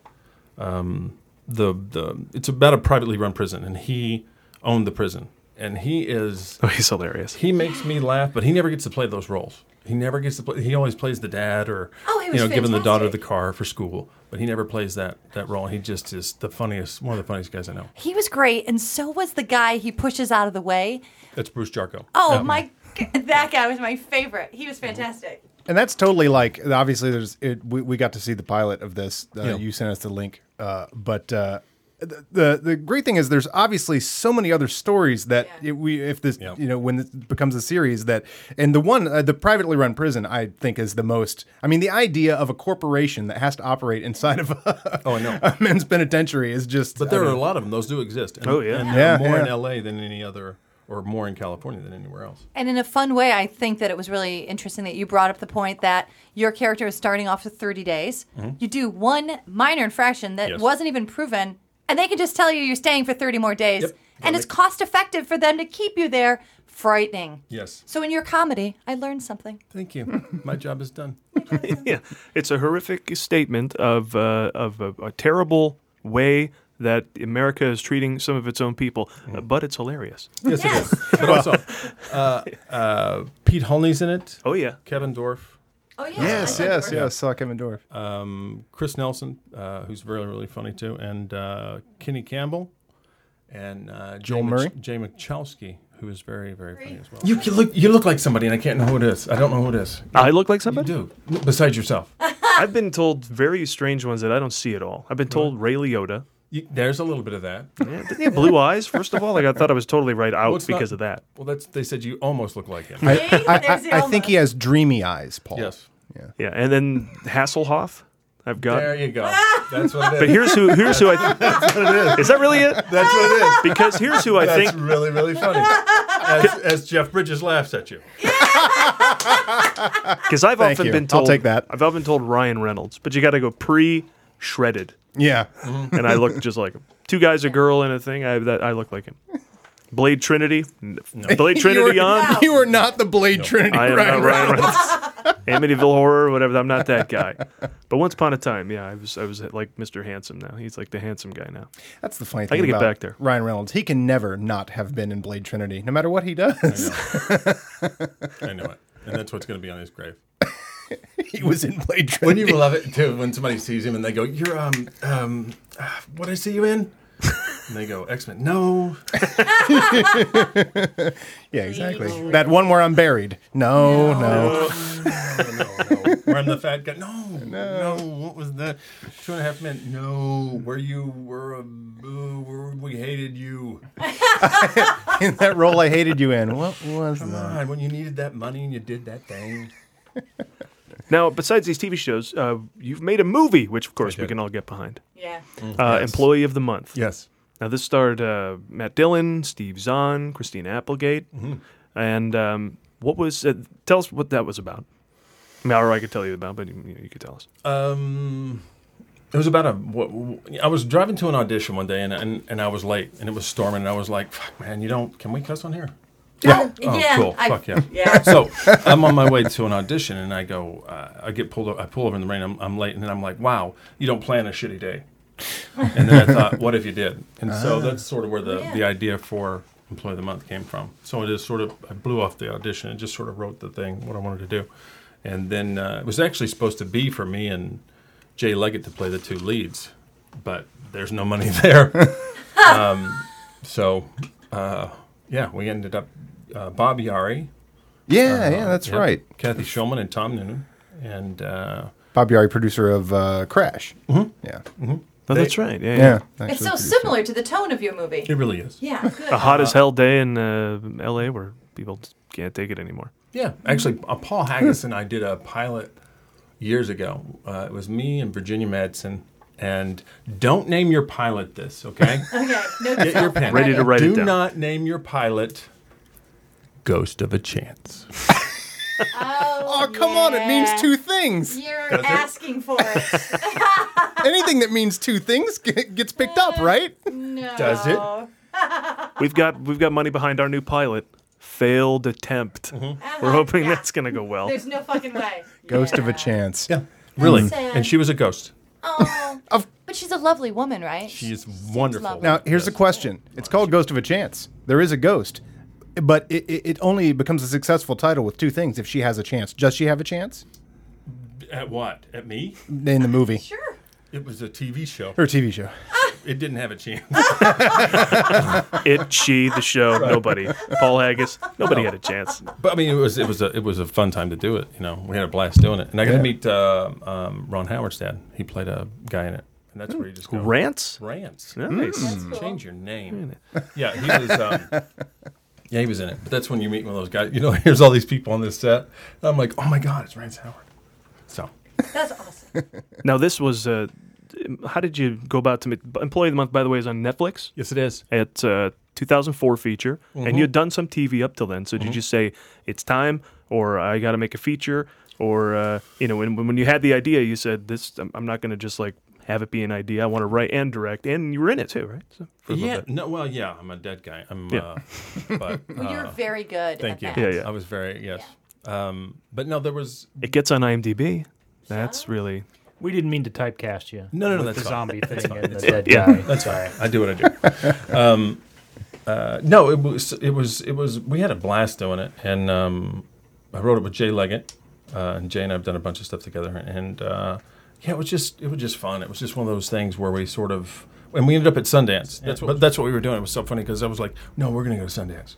[SPEAKER 12] um, the, the, it's about a privately run prison. And he owned the prison, and he is
[SPEAKER 2] oh, he's hilarious.
[SPEAKER 12] He makes me laugh, but he never gets to play those roles. He never gets to play. He always plays the dad or
[SPEAKER 14] Oh, he
[SPEAKER 12] you know
[SPEAKER 14] was
[SPEAKER 12] giving the daughter the
[SPEAKER 14] fantastic.
[SPEAKER 12] car for school, but he never plays that that role. He just is the funniest, one of the funniest guys I know.
[SPEAKER 5] He was great, and so was the guy he pushes out of the way.
[SPEAKER 12] That's Bruce Jarko.
[SPEAKER 5] Oh
[SPEAKER 12] Yeah.
[SPEAKER 5] my, g- that guy was my favorite. He was fantastic.
[SPEAKER 3] And that's totally like obviously there's it, we, we got to see the pilot of this. Uh,
[SPEAKER 12] Yeah.
[SPEAKER 3] You sent us the link, uh, but uh, the, the the great thing is there's obviously so many other stories that it, we if this you know when it becomes a series that and the one uh, the privately run prison I think is the most. I mean the idea of a corporation that has to operate inside of a,
[SPEAKER 12] oh, no.
[SPEAKER 3] a men's penitentiary is just.
[SPEAKER 12] But there
[SPEAKER 3] I
[SPEAKER 12] are
[SPEAKER 3] mean,
[SPEAKER 12] a lot of them. Those do exist. And,
[SPEAKER 2] Oh, yeah.
[SPEAKER 12] and there are
[SPEAKER 3] Yeah,
[SPEAKER 12] more in
[SPEAKER 3] yeah.
[SPEAKER 12] L.A. than any other, or more in California than anywhere else.
[SPEAKER 5] And in a fun way, I think that it was really interesting that you brought up the point that your character is starting off with 30 days.
[SPEAKER 12] Mhm.
[SPEAKER 5] You do one minor infraction that
[SPEAKER 12] Yes.
[SPEAKER 5] wasn't even proven, and they can just tell you you're staying for 30 more days. And it's cost effective for them to keep you there. Frightening.
[SPEAKER 12] Yes.
[SPEAKER 5] So in your comedy, I learned something.
[SPEAKER 12] Thank you. My job is done.
[SPEAKER 2] yeah, it's a horrific statement of uh, of a, a terrible way that America is treating some of its own people, uh, but it's hilarious.
[SPEAKER 12] Yes, it is. But also, uh, uh, Pete Holney's in it.
[SPEAKER 2] Oh yeah,
[SPEAKER 12] Kevin Dorff.
[SPEAKER 5] Oh
[SPEAKER 3] yeah, Yes, I saw yes, Dorff. yes, saw Kevin Dorff.
[SPEAKER 12] Um, Chris Nelson, uh, who's really really funny too, and uh, Kenny Campbell, and uh, Jay
[SPEAKER 3] Joel
[SPEAKER 12] Mc-
[SPEAKER 3] Murray?
[SPEAKER 12] Jay Mchowski, who is very very funny as well. You, you look you look like somebody, and I can't know who it is. I don't know who it is.
[SPEAKER 2] I look like somebody.
[SPEAKER 12] You do. Besides yourself,
[SPEAKER 2] I've been told very strange ones that I don't see at all. I've been told Ray Liotta.
[SPEAKER 12] You, there's a little bit of that.
[SPEAKER 2] Yeah, didn't he have blue eyes? First of all, like I thought I was totally right out
[SPEAKER 12] Well, it's not-
[SPEAKER 2] because of that.
[SPEAKER 12] Well, that's they said you almost look like him.
[SPEAKER 3] I, I, I, I think he has dreamy eyes, Paul.
[SPEAKER 12] Yes.
[SPEAKER 2] Yeah, and then Hasselhoff. I've got.
[SPEAKER 12] There you go. That's what it is.
[SPEAKER 2] But here's who here's who I think
[SPEAKER 12] That's what it is.
[SPEAKER 2] is that really it? That's
[SPEAKER 12] what it is.
[SPEAKER 2] Because here's who I
[SPEAKER 12] That's
[SPEAKER 2] think
[SPEAKER 12] really, really funny. As, as Jeff Bridges laughs at you.
[SPEAKER 2] because I've
[SPEAKER 3] Thank
[SPEAKER 2] often
[SPEAKER 3] you.
[SPEAKER 2] been
[SPEAKER 3] I'll
[SPEAKER 2] told
[SPEAKER 3] take that.
[SPEAKER 2] I've often told Ryan Reynolds, but you got to go pre shredded.
[SPEAKER 3] Yeah.
[SPEAKER 2] and I look just like him. Two guys, a girl, and a thing. I that I look like him. Blade Trinity, N- Blade Trinity
[SPEAKER 3] you are,
[SPEAKER 2] on.
[SPEAKER 3] You are not the Blade Trinity.
[SPEAKER 2] I am
[SPEAKER 3] Ryan
[SPEAKER 2] not Ryan
[SPEAKER 3] Reynolds.
[SPEAKER 2] Reynolds. Amityville Horror, whatever. I'm not that guy. But once upon a time, yeah, I was I was like Mr. Handsome. Now he's like the handsome guy now.
[SPEAKER 3] That's the
[SPEAKER 2] I
[SPEAKER 3] funny thing.
[SPEAKER 2] gotta get
[SPEAKER 3] about
[SPEAKER 2] back there.
[SPEAKER 3] Ryan Reynolds. He can never not have been in Blade Trinity, no matter what he does.
[SPEAKER 12] I know it. And that's what's going to be on his grave.
[SPEAKER 3] he was in Blade Trinity.
[SPEAKER 12] Wouldn't you love it, too, when somebody sees him and they go, You're, um, um, ah, what did I see you in? And they go, X Men. No.
[SPEAKER 3] yeah, exactly. That one where I'm buried. No, no.
[SPEAKER 12] Where I'm the fat guy. No. No. What was that? Two and a half men. No. Where you were a boo. Where we hated you.
[SPEAKER 3] in that role I hated you in. What was
[SPEAKER 12] Come
[SPEAKER 3] that?
[SPEAKER 12] on. When you needed that money and you did that thing.
[SPEAKER 2] Now, besides these TV shows, uh, you've made a movie, which of course we can all get behind.
[SPEAKER 5] Yeah.
[SPEAKER 2] Uh, Employee of the Month.
[SPEAKER 12] Yes.
[SPEAKER 2] Now, this starred uh, Matt Dillon, Steve Zahn, Christine Applegate. And um, what was, uh, tell us what that was about. I mean, or I could tell you about, but you, you could tell us.
[SPEAKER 12] Um, it was about a. wh- wh- I was driving to an audition one day, and, and and I was late, and it was storming, and I was like, "Fuck, man, you don't. Can we cuss on here?"
[SPEAKER 5] Yeah.
[SPEAKER 12] Oh,
[SPEAKER 5] Yeah,
[SPEAKER 12] cool.
[SPEAKER 5] I-
[SPEAKER 12] Fuck yeah.
[SPEAKER 5] yeah.
[SPEAKER 12] So I'm on my way to an audition, and I go, uh, I get pulled, o- I pull over in the rain. I'm, I'm late, and then I'm like, "Wow, you don't plan a shitty day." And then I thought, "What if you did?" And so that's sort of where
[SPEAKER 5] Oh,
[SPEAKER 12] the the idea for Employee of the Month came from. So it is sort of I blew off the audition and just sort of wrote the thing what I wanted to do, and then uh, it was actually supposed to be for me and Jay Leggett to play the two leads, but there's no money there. um, so uh, yeah, we ended up uh, Bob Yari.
[SPEAKER 3] Yeah, yeah, that's
[SPEAKER 12] yep,
[SPEAKER 3] right.
[SPEAKER 12] Kathy Schulman and Tom Noonan, and uh,
[SPEAKER 3] Bob Yari, producer of uh, Crash. Mm-hmm. Yeah.
[SPEAKER 2] Oh,
[SPEAKER 12] They-
[SPEAKER 2] that's right. Yeah.
[SPEAKER 3] Yeah.
[SPEAKER 5] It's
[SPEAKER 3] actually
[SPEAKER 5] so
[SPEAKER 3] produced-
[SPEAKER 5] similar to the tone of your movie.
[SPEAKER 12] it really is.
[SPEAKER 5] Yeah, good.
[SPEAKER 2] A hot as hell day in uh, LA where people just can't take it anymore.
[SPEAKER 12] Yeah, actually, uh, Paul Haggis and I did a pilot years ago. Uh, it was me and Virginia Madsen. And don't name your pilot this, okay?
[SPEAKER 5] Okay, no
[SPEAKER 12] Get your pen.
[SPEAKER 2] Ready to write
[SPEAKER 12] Do
[SPEAKER 2] it down.
[SPEAKER 12] not name your pilot Ghost of a Chance.
[SPEAKER 3] Oh, come on. It means two things.
[SPEAKER 5] You're asking for it.
[SPEAKER 3] Anything that means two things g- gets picked up, right?
[SPEAKER 5] No.
[SPEAKER 12] Does it?
[SPEAKER 2] We've got we've got money behind our new pilot, Failed Attempt. We're hoping that's going to go well.
[SPEAKER 5] There's no fucking way.
[SPEAKER 3] Ghost of a Chance.
[SPEAKER 12] Yeah, really.
[SPEAKER 5] sad.
[SPEAKER 12] And she was a ghost.
[SPEAKER 5] Oh,
[SPEAKER 3] Of
[SPEAKER 5] But she's a lovely woman, right?
[SPEAKER 3] She
[SPEAKER 12] is wonderful.
[SPEAKER 5] lovely.
[SPEAKER 3] Now, here's the question. It's called Ghost of a Chance. There is a ghost, but it, it, it only becomes a successful title with two things if she has a chance. Does she have a chance
[SPEAKER 12] At what? At me?
[SPEAKER 3] in the movie?
[SPEAKER 5] Sure.
[SPEAKER 12] It was a TV show.
[SPEAKER 3] Her TV show.
[SPEAKER 12] It didn't have a chance.
[SPEAKER 2] it, she, the show, nobody. Paul Haggis, nobody had a chance.
[SPEAKER 12] But I mean, it was it was a it was a fun time to do it. You know, we had a blast doing it, and I got
[SPEAKER 2] Yeah.
[SPEAKER 12] to meet uh, um, Ron Howard's dad. He played a guy in it, and that's where you just go,
[SPEAKER 2] Rants?
[SPEAKER 12] Rants.
[SPEAKER 2] Nice. That's cool.
[SPEAKER 12] Change your name. Yeah, he was. Um, yeah, he was in it. But that's when you meet one of those guys. You know, here's all these people on this set. And I'm like, oh my god, it's Rance Howard. So
[SPEAKER 5] That's awesome.
[SPEAKER 2] Now, this was. Uh, how did you go about to make, Employee of the Month? By the way, is on Netflix. uh,
[SPEAKER 12] Yes, it is.
[SPEAKER 2] It's a 2004 feature,
[SPEAKER 12] Mhm.
[SPEAKER 2] and you had done some TV up till then. So did
[SPEAKER 12] Mhm.
[SPEAKER 2] you just say it's time, or I got to make a feature, or uh, you know, when when you had the idea, you said this. I'm, I'm not going to just like have it be an idea. I want to write and direct, and you were in it too, right? So, for a little
[SPEAKER 12] yeah,
[SPEAKER 2] bit.
[SPEAKER 12] no, well, yeah, I'm a dead guy. I'm.
[SPEAKER 2] Yeah.
[SPEAKER 12] Uh, but
[SPEAKER 5] Well, you're
[SPEAKER 12] uh,
[SPEAKER 5] very good
[SPEAKER 12] Thank
[SPEAKER 5] at
[SPEAKER 12] you.
[SPEAKER 2] that. Yeah, yeah.
[SPEAKER 12] I was very yes. Um, but no, there was
[SPEAKER 2] It gets on IMDb. That's really
[SPEAKER 4] We didn't mean to typecast you.
[SPEAKER 12] No, no, no.
[SPEAKER 4] with
[SPEAKER 12] That's
[SPEAKER 4] the
[SPEAKER 12] fine.
[SPEAKER 4] zombie
[SPEAKER 12] That's
[SPEAKER 4] thing
[SPEAKER 12] fine.
[SPEAKER 4] and the
[SPEAKER 12] That's
[SPEAKER 4] dead
[SPEAKER 12] fine.
[SPEAKER 4] guy.
[SPEAKER 12] That's
[SPEAKER 4] Sorry.
[SPEAKER 12] fine. I do what I do. um, uh, no, it was it was it was. We had a blast doing it, and um, I wrote it with Jay Leggett, uh, and Jay and I've done a bunch of stuff together, and uh, yeah, it was just it was just fun. It was just one of those things where we sort of. And we ended up at Sundance. That's what, but that's what we were doing. It was so funny because I was like, "No, we're going to go to Sundance."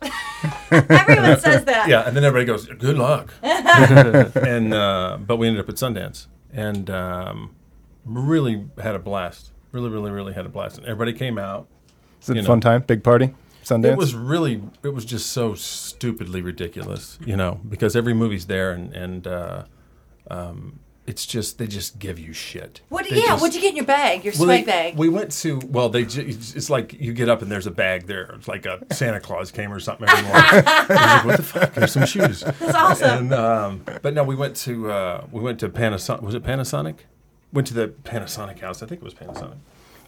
[SPEAKER 5] Everyone says that.
[SPEAKER 12] Yeah, and then everybody goes, "Good luck." and uh, but we ended up at Sundance, and um, really had a blast. Really, really, really had a blast. And everybody came out.
[SPEAKER 3] Is it
[SPEAKER 12] you
[SPEAKER 3] a
[SPEAKER 12] know.
[SPEAKER 3] fun time? Big party? Sundance?
[SPEAKER 12] It was really, it was just so stupidly ridiculous, you know, because every movie's there, and and uh, um, it's just they just give you shit.
[SPEAKER 5] What?
[SPEAKER 12] They
[SPEAKER 5] yeah.
[SPEAKER 12] just-
[SPEAKER 5] what'd you get in your bag? Your
[SPEAKER 12] well,
[SPEAKER 5] swag
[SPEAKER 12] they-
[SPEAKER 5] bag.
[SPEAKER 12] We went to well, they ju- it's like you get up and there's a bag there. It's like a Santa Claus came or something every morning. I was like, what the fuck? There's some shoes.
[SPEAKER 5] That's awesome.
[SPEAKER 12] And, um, but no, we went to uh, we went to Panasonic. Was it Panasonic? Went to the Panasonic house. I think it was Panasonic.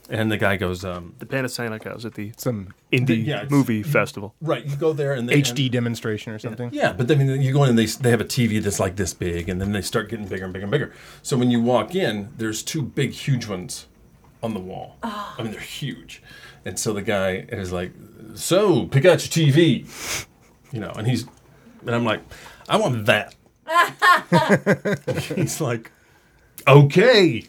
[SPEAKER 12] And the guy goes, um,
[SPEAKER 2] the Panasonic House at the
[SPEAKER 3] some
[SPEAKER 2] indie
[SPEAKER 12] yeah, it's-
[SPEAKER 2] movie festival.
[SPEAKER 12] Right, you go there and they,
[SPEAKER 3] HD demonstration or something?
[SPEAKER 12] Yeah, but I mean, you go in and they, they have a TV that's like this big, and then they start getting bigger and bigger and bigger. So when you walk in, there's two big, huge ones on the wall. I mean, they're huge. And so the guy is like, So, pick out your TV. You know, and he's, and I'm like, I want that. he's like, Okay.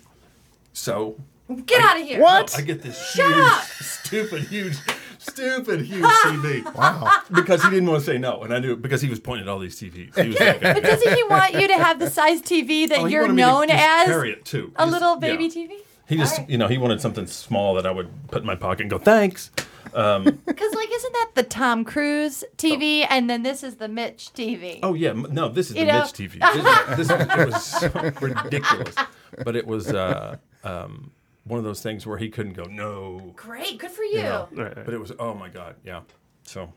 [SPEAKER 12] So
[SPEAKER 5] Get out of here.
[SPEAKER 12] I get this huge, stupid, huge, stupid, huge TV. Wow. Because he didn't want to say no, and I knew because he was pointing at all these TVs. He was like,
[SPEAKER 5] but doesn't he want you to have the size TV that
[SPEAKER 12] Oh, he
[SPEAKER 5] you're
[SPEAKER 12] wanted me to
[SPEAKER 5] known
[SPEAKER 12] just
[SPEAKER 5] as?
[SPEAKER 12] carry it, too.
[SPEAKER 5] A
[SPEAKER 12] Just-
[SPEAKER 5] little
[SPEAKER 12] yeah.
[SPEAKER 5] baby TV.
[SPEAKER 12] He just, you know, he wanted something small that I would put in my pocket and go, thanks. Um,
[SPEAKER 5] Because like, isn't that the Tom Cruise TV? And then this is the Mitch TV.
[SPEAKER 12] oh yeah, m- no, this is
[SPEAKER 5] You
[SPEAKER 12] the
[SPEAKER 5] know-
[SPEAKER 12] Mitch TV. This, is- this is- it was so ridiculous, but it was uh, um, one of those things where he couldn't go no.
[SPEAKER 5] Great. Good for you.
[SPEAKER 12] know.
[SPEAKER 2] Right, right.
[SPEAKER 12] But it was oh my god, yeah. So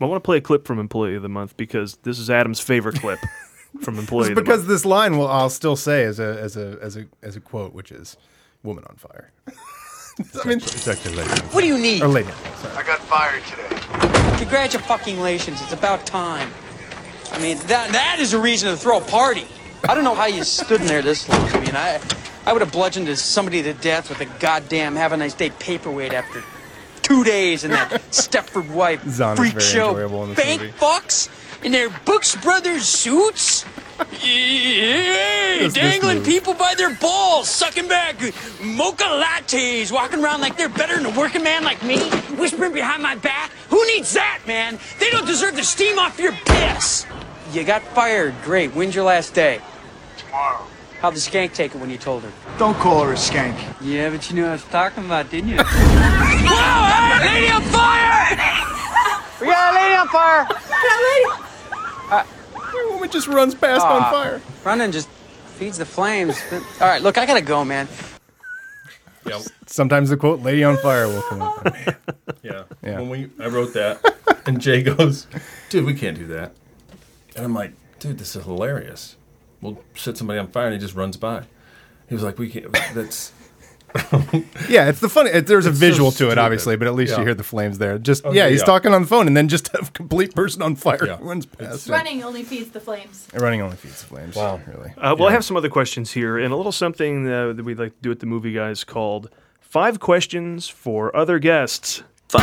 [SPEAKER 2] I want to play a clip from Employee of the Month because this is Adam's favorite clip from Employee of the Month.
[SPEAKER 3] Because this line will I'll still say as a as a as a as a quote, which is "Woman on fire." I mean,
[SPEAKER 12] it's actually like
[SPEAKER 13] What do you need?
[SPEAKER 3] Or lady.
[SPEAKER 13] I got fired today. Congratulations. It's about time. I mean, that that is a reason to throw a party. I don't know how you stood in there this long. I mean, I I would have bludgeoned somebody to death with a goddamn have a nice day paperweight after two days in that Stepford wife
[SPEAKER 3] Zahn is
[SPEAKER 13] freak
[SPEAKER 3] very
[SPEAKER 13] show.
[SPEAKER 3] enjoyable in this
[SPEAKER 13] Bank
[SPEAKER 3] movie.
[SPEAKER 13] fucks in their Brooks Brothers suits. Yeah,
[SPEAKER 3] This- this
[SPEAKER 13] dangling
[SPEAKER 3] movie.
[SPEAKER 13] people by their balls, sucking back mocha lattes, walking around like they're better than a working man like me, whispering behind my back. Who needs that, man? They don't deserve the steam off your piss. You got fired. Great. When's your last day? Tomorrow. How'd the skank take it when you told her?
[SPEAKER 6] Don't call her a skank.
[SPEAKER 13] Yeah, but you knew what I was talking about, didn't you? Whoa, hey, lady on fire! We got a lady on fire!
[SPEAKER 3] Your woman just runs past
[SPEAKER 13] Aw,
[SPEAKER 12] Ah.
[SPEAKER 3] on fire.
[SPEAKER 13] Running just feeds the flames. All right, look, I gotta go, man.
[SPEAKER 3] Sometimes the quote "Lady on fire" will come up.
[SPEAKER 12] Yeah.
[SPEAKER 3] Yeah.
[SPEAKER 12] When we I wrote that and Jay goes, "Dude, we can't do that." And I'm like, "Dude, this is hilarious. We'll set somebody on fire and he just runs by." He was like, "We can't that's
[SPEAKER 3] Yeah, it's the funny. It, there's
[SPEAKER 12] It's
[SPEAKER 3] a
[SPEAKER 12] so
[SPEAKER 3] visual to it,
[SPEAKER 12] stupid.
[SPEAKER 3] obviously, but at least
[SPEAKER 12] Yeah.
[SPEAKER 3] you hear the flames there. Just
[SPEAKER 12] Oh,
[SPEAKER 3] yeah,
[SPEAKER 12] yeah,
[SPEAKER 3] he's
[SPEAKER 12] yeah.
[SPEAKER 3] talking on the phone, and then just a complete person on fire
[SPEAKER 12] Yeah.
[SPEAKER 3] runs past. him.
[SPEAKER 5] Running only feeds the flames.
[SPEAKER 3] Running only feeds the flames. Wow, really.
[SPEAKER 2] Uh, well, I have some other questions here, and a little something uh, that we'd like to do at the movie guys called Five questions for other guests.
[SPEAKER 15] Five.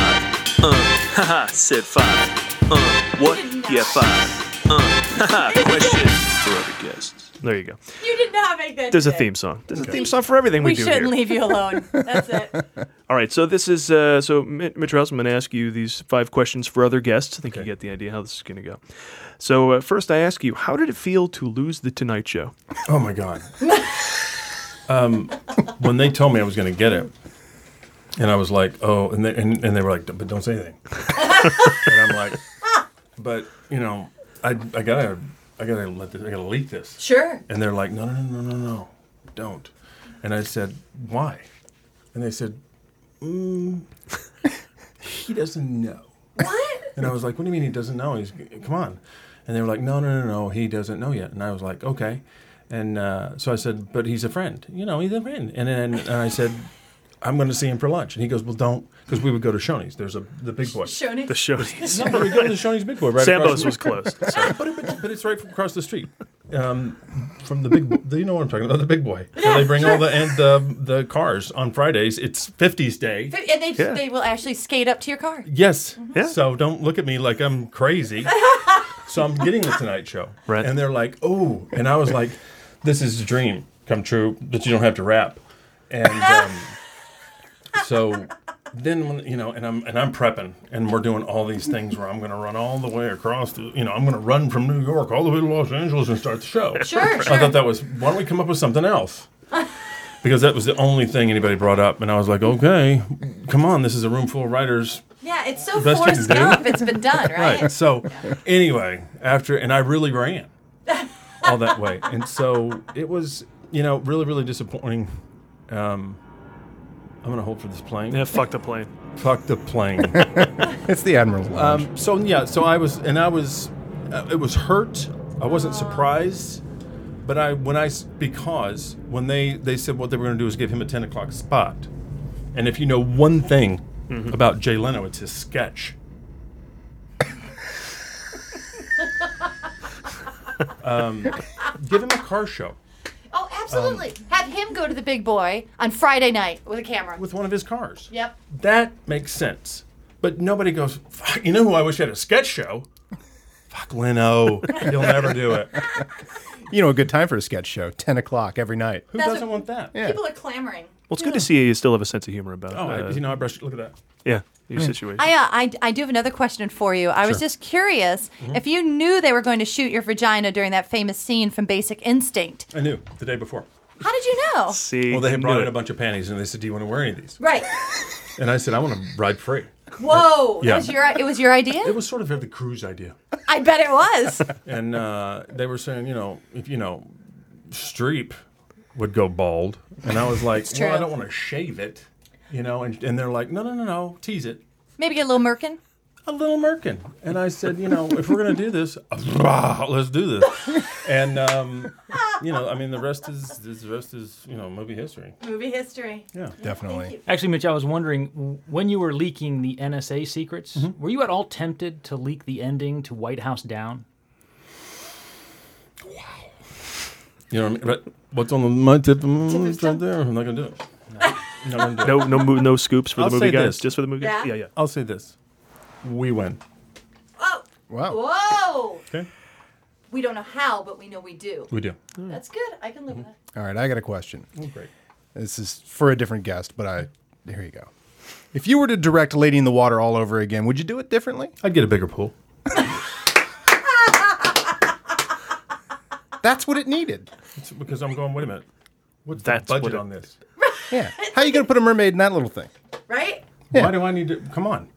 [SPEAKER 15] Uh, haha, said five. Uh, what? Yeah, five. Uh, haha, question for other guests.
[SPEAKER 2] There you go.
[SPEAKER 5] You did not make that.
[SPEAKER 2] There's a
[SPEAKER 5] today.
[SPEAKER 2] theme song. There's a theme song for everything we,
[SPEAKER 5] We
[SPEAKER 2] do
[SPEAKER 5] shouldn't
[SPEAKER 2] here.
[SPEAKER 5] leave you alone. That's it.
[SPEAKER 2] All right, so this is uh, so Mi- Mitch Rouse. I'm going to ask you these five questions for other guests. I think you get the idea how this is going to go. So uh, first, I ask you, how did it feel to lose the Tonight Show?
[SPEAKER 12] Oh my God. um, when they told me I was going to get it, and I was like, oh, and they, and, and they were like, but don't say anything. and I'm like, but you know, I, I gotta I gotta let this, I gotta leak this.
[SPEAKER 5] Sure.
[SPEAKER 12] And they're like, no, no, no, no, no, no, don't. And I said, why? And they said, mm, he doesn't know. What? And I was like, what do you mean he doesn't know? He's come on. And they were like, no, no, no, no, he doesn't know yet. And I was like, okay. And uh, so I said, but he's a friend. You know, he's a friend. And then and I said, I'm going to see him for lunch. And he goes, well, don't, because we would go to Shoney's. There's a the big boy.
[SPEAKER 5] Shoney's?
[SPEAKER 2] The Shoney's.
[SPEAKER 12] No, but we go to the Shoney's big boy. Right
[SPEAKER 2] Sambo's
[SPEAKER 12] across
[SPEAKER 2] was
[SPEAKER 12] the-
[SPEAKER 2] closed,
[SPEAKER 12] Yeah, but, it, but it's right across the street um, from the big. Bo- do you know what I'm talking about? The big boy. And they bring all the and the the cars on Fridays. It's 50s day.
[SPEAKER 5] But- And they, they will actually skate up to your car.
[SPEAKER 12] Yes.
[SPEAKER 5] Mm-hmm.
[SPEAKER 12] So don't look at me like I'm crazy. so I'm getting the Tonight Show. Right. And they're like, oh. And I was like, this is a dream come true that you don't have to rap. And um, so then, when, you know, and I'm and I'm prepping and we're doing all these things where I'm going to run all the way across to, you know, I'm going to run from New York all the way to Los Angeles and start the show.
[SPEAKER 5] Sure,
[SPEAKER 12] I
[SPEAKER 5] sure.
[SPEAKER 12] thought that was, why don't we come up with something else? Because that was the only thing anybody brought up. And I was like, okay, come on, this is a room full of writers.
[SPEAKER 5] Yeah, it's so
[SPEAKER 12] Best you
[SPEAKER 5] Forrest
[SPEAKER 12] can do.
[SPEAKER 5] Gump. It's been done, right?
[SPEAKER 12] So anyway, after and I really ran all that way, and so it was you know really really disappointing. Um, I'm gonna hold for this plane.
[SPEAKER 2] Yeah, fuck the plane.
[SPEAKER 12] Fuck the plane.
[SPEAKER 3] it's the Admiral's Lounge.
[SPEAKER 12] um, so yeah, so I was and I was, uh, it was hurt. I wasn't surprised, but I when I s- because when they they said what they were gonna do is give him a 10 o'clock spot, and if you know one thing about Jay Leno, it's his sketch. um, give him a car show
[SPEAKER 5] Oh, absolutely.
[SPEAKER 12] Um,
[SPEAKER 5] Have him go to the big boy on Friday night with a camera.
[SPEAKER 12] with one of his cars.
[SPEAKER 5] Yep.
[SPEAKER 12] That makes sense. But nobody goes, Fuck, you know who I wish had a sketch show? Fuck Leno. He'll never do it.
[SPEAKER 3] You know, a good time for a sketch show. Ten o'clock every night.
[SPEAKER 12] Who doesn't want that?
[SPEAKER 5] People are clamoring.
[SPEAKER 2] Well, it's good to see you still have a sense of humor about.
[SPEAKER 12] Oh, I,
[SPEAKER 2] uh,
[SPEAKER 12] you know, I brushed. Look at that.
[SPEAKER 2] yeah, your situation.
[SPEAKER 5] I, uh, I, I do have another question for you. I was
[SPEAKER 2] Sure.
[SPEAKER 5] just curious
[SPEAKER 12] Mhm.
[SPEAKER 5] if you knew they were going to shoot your vagina during that famous scene from Basic Instinct.
[SPEAKER 12] I knew the day before.
[SPEAKER 5] How did you know?
[SPEAKER 2] See,
[SPEAKER 12] well, they had
[SPEAKER 2] you
[SPEAKER 12] brought
[SPEAKER 2] knew
[SPEAKER 12] in
[SPEAKER 2] it.
[SPEAKER 12] a bunch of panties, and they said, "Do you want to wear any of these?"
[SPEAKER 5] Right.
[SPEAKER 12] And I said, "I want to ride free."
[SPEAKER 5] Whoa.
[SPEAKER 12] Yeah.
[SPEAKER 5] It, was your, it was your idea?
[SPEAKER 12] It was sort of the cruise idea.
[SPEAKER 5] I bet it was.
[SPEAKER 12] and uh, they were saying, you know, if you know, Streep would go bald, and I was like,
[SPEAKER 5] It's
[SPEAKER 12] well, I
[SPEAKER 5] true.
[SPEAKER 12] don't want to shave it, you know. And, and they're like, no, no, no, no, tease it,
[SPEAKER 5] Maybe get a little merkin?
[SPEAKER 12] a little merkin. And I said, you know, if we're gonna do this, let's do this. And um, you know, I mean, the rest is the rest is you know movie history.
[SPEAKER 5] Movie history.
[SPEAKER 12] Yeah,
[SPEAKER 3] definitely.
[SPEAKER 4] Actually, Mitch, I was wondering w- when you were leaking the NSA secrets,
[SPEAKER 12] Mm-hmm.
[SPEAKER 4] were you at all tempted to leak the ending to White House Down?
[SPEAKER 12] You know what I mean? But what's on my tip? Mm, it's right there. I'm not gonna do it. No, no,
[SPEAKER 2] No, no, mo- no scoops for
[SPEAKER 12] I'll
[SPEAKER 2] the movie
[SPEAKER 12] say
[SPEAKER 2] guys.
[SPEAKER 12] this.
[SPEAKER 2] Just for the movie. guys?
[SPEAKER 5] Yeah.
[SPEAKER 2] yeah, yeah.
[SPEAKER 12] I'll say this: we win.
[SPEAKER 5] Oh.
[SPEAKER 3] Wow.
[SPEAKER 5] Whoa.
[SPEAKER 12] Okay.
[SPEAKER 5] We don't know how, but we know we do.
[SPEAKER 12] We Mm-hmm. do.
[SPEAKER 5] That's good. I can live with that.
[SPEAKER 3] All right, I got a question.
[SPEAKER 12] Oh, great.
[SPEAKER 3] This is for a different guest, but I here you go. If you were to direct Lady in the Water all over again, would you do it differently?
[SPEAKER 12] I'd get a bigger pool.
[SPEAKER 3] That's what it needed.
[SPEAKER 12] It's because I'm going. Wait a minute. What's
[SPEAKER 2] That's
[SPEAKER 12] the budget
[SPEAKER 2] what it-
[SPEAKER 12] on this?
[SPEAKER 3] Yeah. How are you going to put a mermaid in that little thing?
[SPEAKER 5] Right?
[SPEAKER 12] Why do I need to? Come on.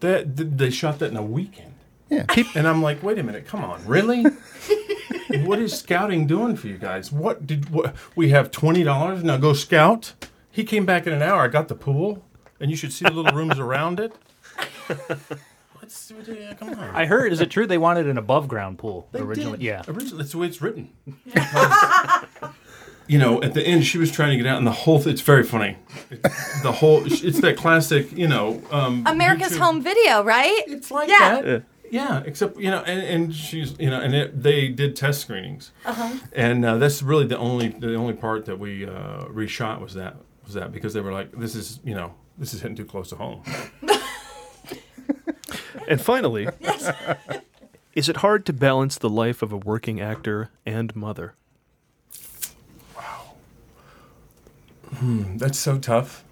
[SPEAKER 12] They, they, they shot that in a weekend.
[SPEAKER 3] Yeah.
[SPEAKER 12] and I'm like, wait a minute. Come on. Really? what is scouting doing for you guys? What did what, we have? Twenty dollars now. Go scout. He came back in an hour. I got the pool, and you should see the little rooms around it. What's yeah, come on?
[SPEAKER 4] I heard, is it true they wanted an above ground pool
[SPEAKER 12] They
[SPEAKER 4] originally?
[SPEAKER 12] did.
[SPEAKER 4] Yeah.
[SPEAKER 12] Originally, that's the way it's written. you know, at the end, she was trying to get out, and the whole th- it's very funny. The whole it's that classic, you know. Um,
[SPEAKER 5] America's
[SPEAKER 12] YouTube-
[SPEAKER 5] Home Video, right?
[SPEAKER 12] It's like
[SPEAKER 5] yeah.
[SPEAKER 12] that. Yeah, except you know, and, and she's you know, and it, they did test screenings,
[SPEAKER 5] Uh-huh.
[SPEAKER 12] and uh, that's really the only the only part that we uh, reshot was that was that because they were like, this is, you know, this is hitting too close to home.
[SPEAKER 2] And finally, is it hard to balance the life of a working actor and mother?
[SPEAKER 12] Hmm, that's so tough.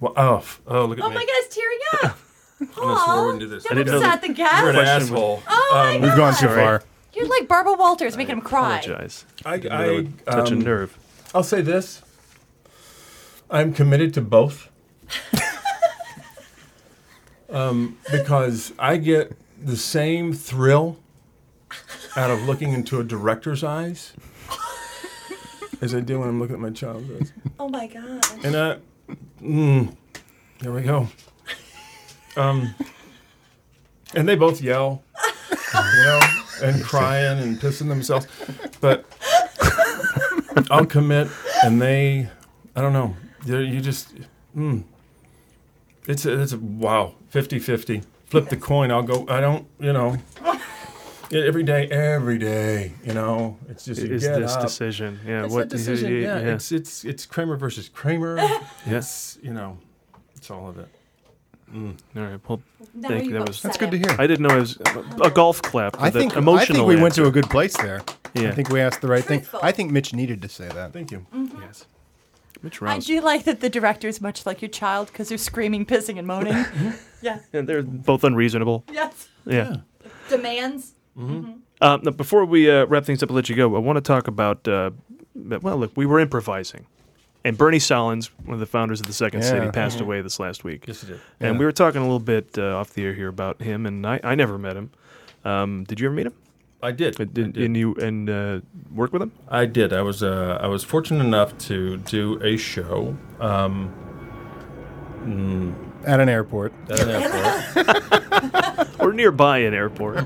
[SPEAKER 12] Well, oh, f- oh, look at
[SPEAKER 5] Oh
[SPEAKER 12] me.
[SPEAKER 5] my God, it's tearing up.
[SPEAKER 12] I almost swore I
[SPEAKER 5] Aw,
[SPEAKER 12] wouldn't do this.
[SPEAKER 5] don't upset the guest.
[SPEAKER 12] You're an asshole. Um,
[SPEAKER 5] Oh my
[SPEAKER 3] We've gone too
[SPEAKER 5] God.
[SPEAKER 3] far.
[SPEAKER 5] You're like Barbara Walters, making him cry.
[SPEAKER 2] Apologize.
[SPEAKER 12] I, um,
[SPEAKER 2] Didn't know that
[SPEAKER 12] I
[SPEAKER 2] would touch a nerve.
[SPEAKER 12] I'll say this: I'm committed to both, um, because I get the same thrill out of looking into a director's eyes as I do when I'm looking at my child's eyes.
[SPEAKER 5] Oh my God.
[SPEAKER 12] And uh, mm, there we go. Um, and they both yell, you know, and crying and pissing themselves. But I'll commit, and they, I don't know, They're- you just, mm, it's a, it's a wow, 50 50. Flip the coin, I'll go, I don't, you know. Yeah, Every day, every day, you know, it's just you
[SPEAKER 2] Is
[SPEAKER 12] get
[SPEAKER 2] this
[SPEAKER 12] up.
[SPEAKER 2] decision? Yeah,
[SPEAKER 12] It's
[SPEAKER 2] what-
[SPEAKER 12] that decision?
[SPEAKER 2] yeah,
[SPEAKER 12] Yeah,
[SPEAKER 2] yeah.
[SPEAKER 12] it's it's it's Kramer versus Kramer.
[SPEAKER 2] Yes.
[SPEAKER 12] It's, you know, it's all of it.
[SPEAKER 2] All right. Well,
[SPEAKER 5] Now
[SPEAKER 2] thank you.
[SPEAKER 5] you've
[SPEAKER 2] That was
[SPEAKER 5] upset That's good
[SPEAKER 3] to hear.
[SPEAKER 2] I didn't know it was a golf clap.
[SPEAKER 3] I
[SPEAKER 2] for the
[SPEAKER 3] think
[SPEAKER 2] emotional.
[SPEAKER 3] I think we went to
[SPEAKER 2] answer.
[SPEAKER 3] a good place there.
[SPEAKER 2] Yeah.
[SPEAKER 3] I think we asked the right
[SPEAKER 5] Truthful.
[SPEAKER 3] thing. I think Mitch needed to say that.
[SPEAKER 12] Thank you.
[SPEAKER 2] Yes. Mitch
[SPEAKER 5] I
[SPEAKER 2] Rouse.
[SPEAKER 5] do like that the director's much like your child because they're screaming, pissing, and moaning. yeah.
[SPEAKER 2] And they're both unreasonable.
[SPEAKER 5] Yes.
[SPEAKER 2] Yeah.
[SPEAKER 5] Demands.
[SPEAKER 2] Uh, now, before we uh, wrap things up and let you go, I want to talk about. Uh, but- well, look, we were improvising, and Bernie Solins, one of the founders of the Second
[SPEAKER 12] Yeah.
[SPEAKER 2] City, passed
[SPEAKER 12] Mhm.
[SPEAKER 2] away this last week.
[SPEAKER 12] Yes, he did.
[SPEAKER 2] And
[SPEAKER 12] Yeah.
[SPEAKER 2] we were talking a little bit uh, off the air here about him, and I, I never met him. Um, did you ever meet him?
[SPEAKER 12] I did.
[SPEAKER 2] Uh, did, And you and uh, work with him?
[SPEAKER 12] I did. I was uh, I was fortunate enough to do a show um, mm,
[SPEAKER 3] At an airport.
[SPEAKER 12] at an airport.
[SPEAKER 2] or nearby an airport.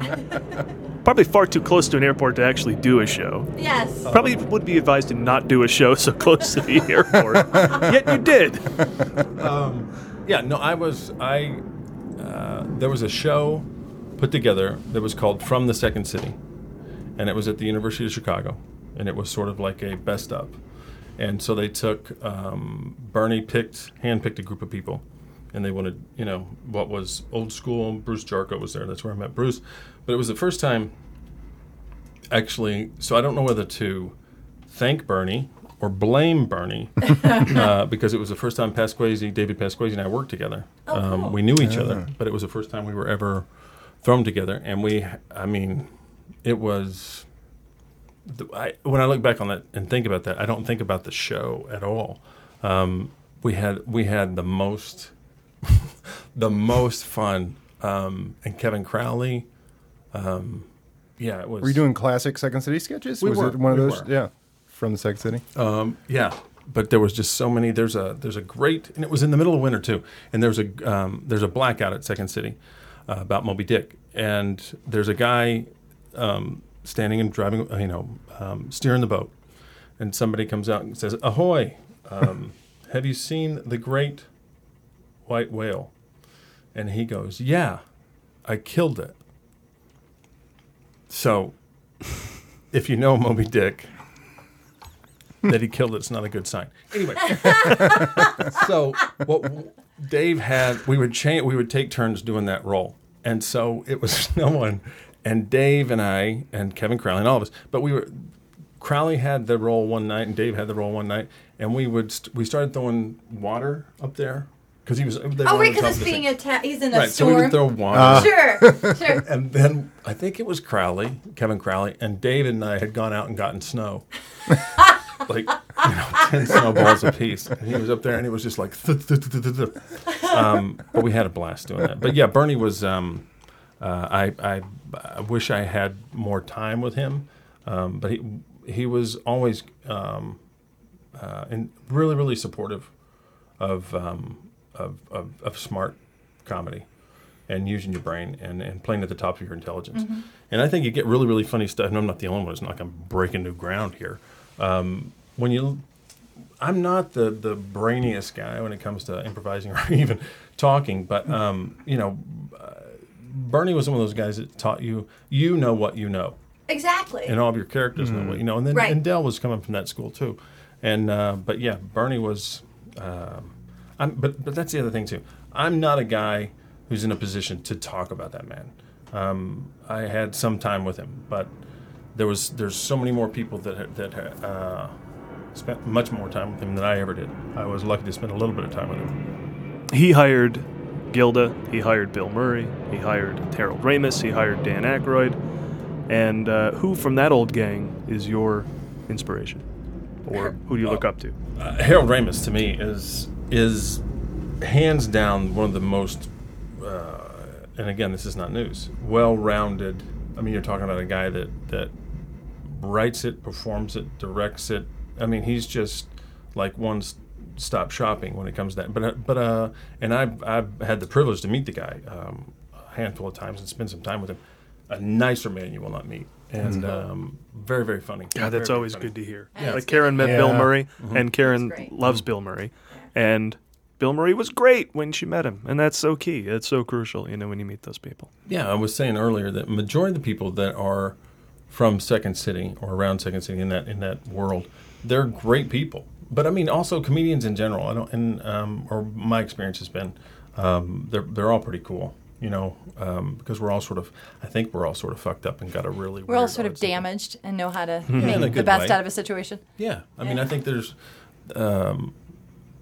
[SPEAKER 2] Probably far too close to an airport to actually do a show.
[SPEAKER 5] Yes.
[SPEAKER 12] Oh,
[SPEAKER 2] Probably
[SPEAKER 12] Uh.
[SPEAKER 2] would be advised to not do a show so close to the airport. Yet you did.
[SPEAKER 12] um, yeah, no, I was I. Uh, there was a show put together that was called From the Second City, and it was at the University of Chicago, and it was sort of like a best up. And so they took um, Bernie picked handpicked a group of people, and they wanted you know what was old school. Bruce Jarko was there. That's where I met Bruce, but it was the first time actually, so I don't know whether to thank Bernie or blame Bernie uh, because it was the first time Pasquazi, David Pasquazi, and I worked together. um, We knew
[SPEAKER 3] Ah.
[SPEAKER 12] each other, but it was the first time we were ever thrown together, and we, I mean, it was. the- I, when I look back on that and think about that, I don't think about the show at all. Um, we had we had the most the most fun, um, and Kevin Crowley. Um, yeah, it was.
[SPEAKER 3] Were you doing classic Second City sketches?
[SPEAKER 12] We
[SPEAKER 3] was
[SPEAKER 12] were,
[SPEAKER 3] it one of
[SPEAKER 12] we
[SPEAKER 3] those?
[SPEAKER 12] were.
[SPEAKER 3] Yeah. From the Second City.
[SPEAKER 12] Um, yeah, but there was just so many. There's a there's a great, and it was in the middle of winter too. And there's a um, there's a blackout at Second City uh, about Moby Dick, and there's a guy um, standing and driving, uh, you know, um, steering the boat, and somebody comes out and says, "Ahoy! Um, have you seen the great white whale?" And he goes, "Yeah, I killed it." So, if you know Moby Dick that he killed it's not a good sign. Anyway, so what w- Dave had, we would change, we would take turns doing that role, and so it was no one, and Dave and I and Kevin Crowley and all of us, but we were. Crowley had the role one night, and Dave had the role one night, and we would st- we started throwing water up there because he was. they were
[SPEAKER 5] Oh,
[SPEAKER 12] on
[SPEAKER 5] wait,
[SPEAKER 12] the
[SPEAKER 5] because
[SPEAKER 12] top of
[SPEAKER 5] it's
[SPEAKER 12] the
[SPEAKER 5] being
[SPEAKER 12] thing.
[SPEAKER 5] attacked. He's in a
[SPEAKER 12] Right, so we
[SPEAKER 5] storm.
[SPEAKER 12] would throw water.
[SPEAKER 5] sure, sure.
[SPEAKER 12] Ah. And then I think it was Crowley, Kevin Crowley, and David and I had gone out and gotten snow. like, you know, 10 snowballs apiece. And he was up there and it was just like, "Th- th- th- th- th- th." um, but we had a blast doing that. But yeah, Bernie was, um, uh, I, I, I wish I had more time with him. Um, but he, he was always um, uh, and really, really supportive of, um, of, of, of smart comedy and using your brain and, and playing at the top of your intelligence.
[SPEAKER 16] Mhm.
[SPEAKER 12] And I think you get really, really funny stuff. And I'm not the only one. It's not like I'm breaking new ground here. Um, when you, I'm not the, the brainiest guy when it comes to improvising or even talking, but, um, you know, uh, Bernie was one of those guys that taught you, you know what you know
[SPEAKER 5] Exactly.
[SPEAKER 12] and all of your characters know what you know. And then
[SPEAKER 5] Right.
[SPEAKER 12] and Dell was coming from that school too, and uh, but yeah, Bernie was Um, I'm, but but that's the other thing too. I'm not a guy who's in a position to talk about that man. Um, I had some time with him, but there was there's so many more people that had- that had, uh, spent much more time with him than I ever did. I was lucky to spend a little bit of time with him.
[SPEAKER 2] He hired Gilda, he hired Bill Murray, he hired Terrell Ramis, he hired Dan Aykroyd. And uh, who from that old gang is your inspiration? Or who do you look up to?
[SPEAKER 12] Uh, Harold Ramis to me is is hands down one of the most, uh, and again this is not news, well-rounded. I mean, you're talking about a guy that that writes it, performs it, directs it. I mean, he's just like one s- stop shopping when it comes to that. But uh, but uh, and I've I've had the privilege to meet the guy um, a handful of times and spend some time with him. A nicer man you will not meet, and
[SPEAKER 2] Mhm.
[SPEAKER 12] um, very very funny.
[SPEAKER 2] God,
[SPEAKER 12] Very,
[SPEAKER 2] that's
[SPEAKER 12] very
[SPEAKER 2] always
[SPEAKER 12] funny.
[SPEAKER 2] good to hear. Mm-hmm.
[SPEAKER 12] Yeah.
[SPEAKER 2] Like Karen met
[SPEAKER 12] Yeah.
[SPEAKER 2] Bill Murray,
[SPEAKER 12] Mhm.
[SPEAKER 2] and Karen loves Bill Murray, and Bill Murray was great when she met him, and that's so key. That's so crucial, you know, when you meet those people.
[SPEAKER 12] Yeah, I was saying earlier that majority of the people that are from Second City or around Second City in that in that world, they're great people. But I mean, also comedians in general. I don't, and um, or my experience has been, um, they're they're all pretty cool. You know, um, because we're all sort of, I think we're all sort of fucked up and got a really.
[SPEAKER 5] We're all sort of damaged and know how to
[SPEAKER 12] Yeah, in a
[SPEAKER 5] make the
[SPEAKER 12] good
[SPEAKER 5] best
[SPEAKER 12] way.
[SPEAKER 5] out of a situation.
[SPEAKER 12] Yeah, I mean, I think there's, um,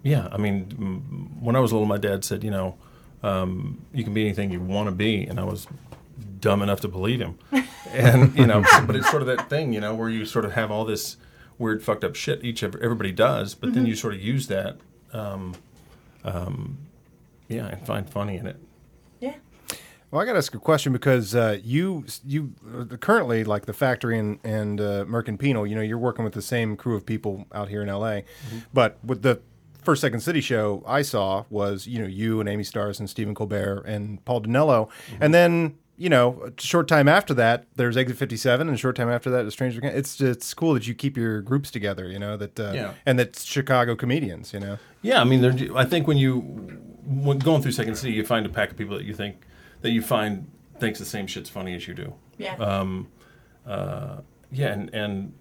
[SPEAKER 12] yeah, I mean, m- when I was little, my dad said, you know, um, you can be anything you want to be, and I was dumb enough to believe him, and you know, so- but it's sort of that thing, you know, where you sort of have all this weird fucked up shit each ev- everybody does, but then
[SPEAKER 17] Mhm.
[SPEAKER 12] you sort of use that, um, um, yeah, and find funny in it.
[SPEAKER 3] Well, I got to ask a question because uh, you you uh, currently like the factory and and uh, Merck and Penal. You know, you're working with the same crew of people out here in L.A.
[SPEAKER 12] Mm-hmm.
[SPEAKER 3] But with the first Second City show I saw was you know you and Amy Stars and Stephen Colbert and Paul Danello,
[SPEAKER 12] Mm-hmm.
[SPEAKER 3] and then you know a short time after that there's Exit 57, and a short time after that is Stranger. Things. It's it's cool that you keep your groups together. You know that uh,
[SPEAKER 12] Yeah.
[SPEAKER 3] and that Chicago comedians. You know.
[SPEAKER 12] Yeah, I mean, they're, I think when you when going through Second City, you find a pack of people that you think that you find thinks the same shit's funny as you do.
[SPEAKER 17] Yeah.
[SPEAKER 12] Um, uh, yeah, and and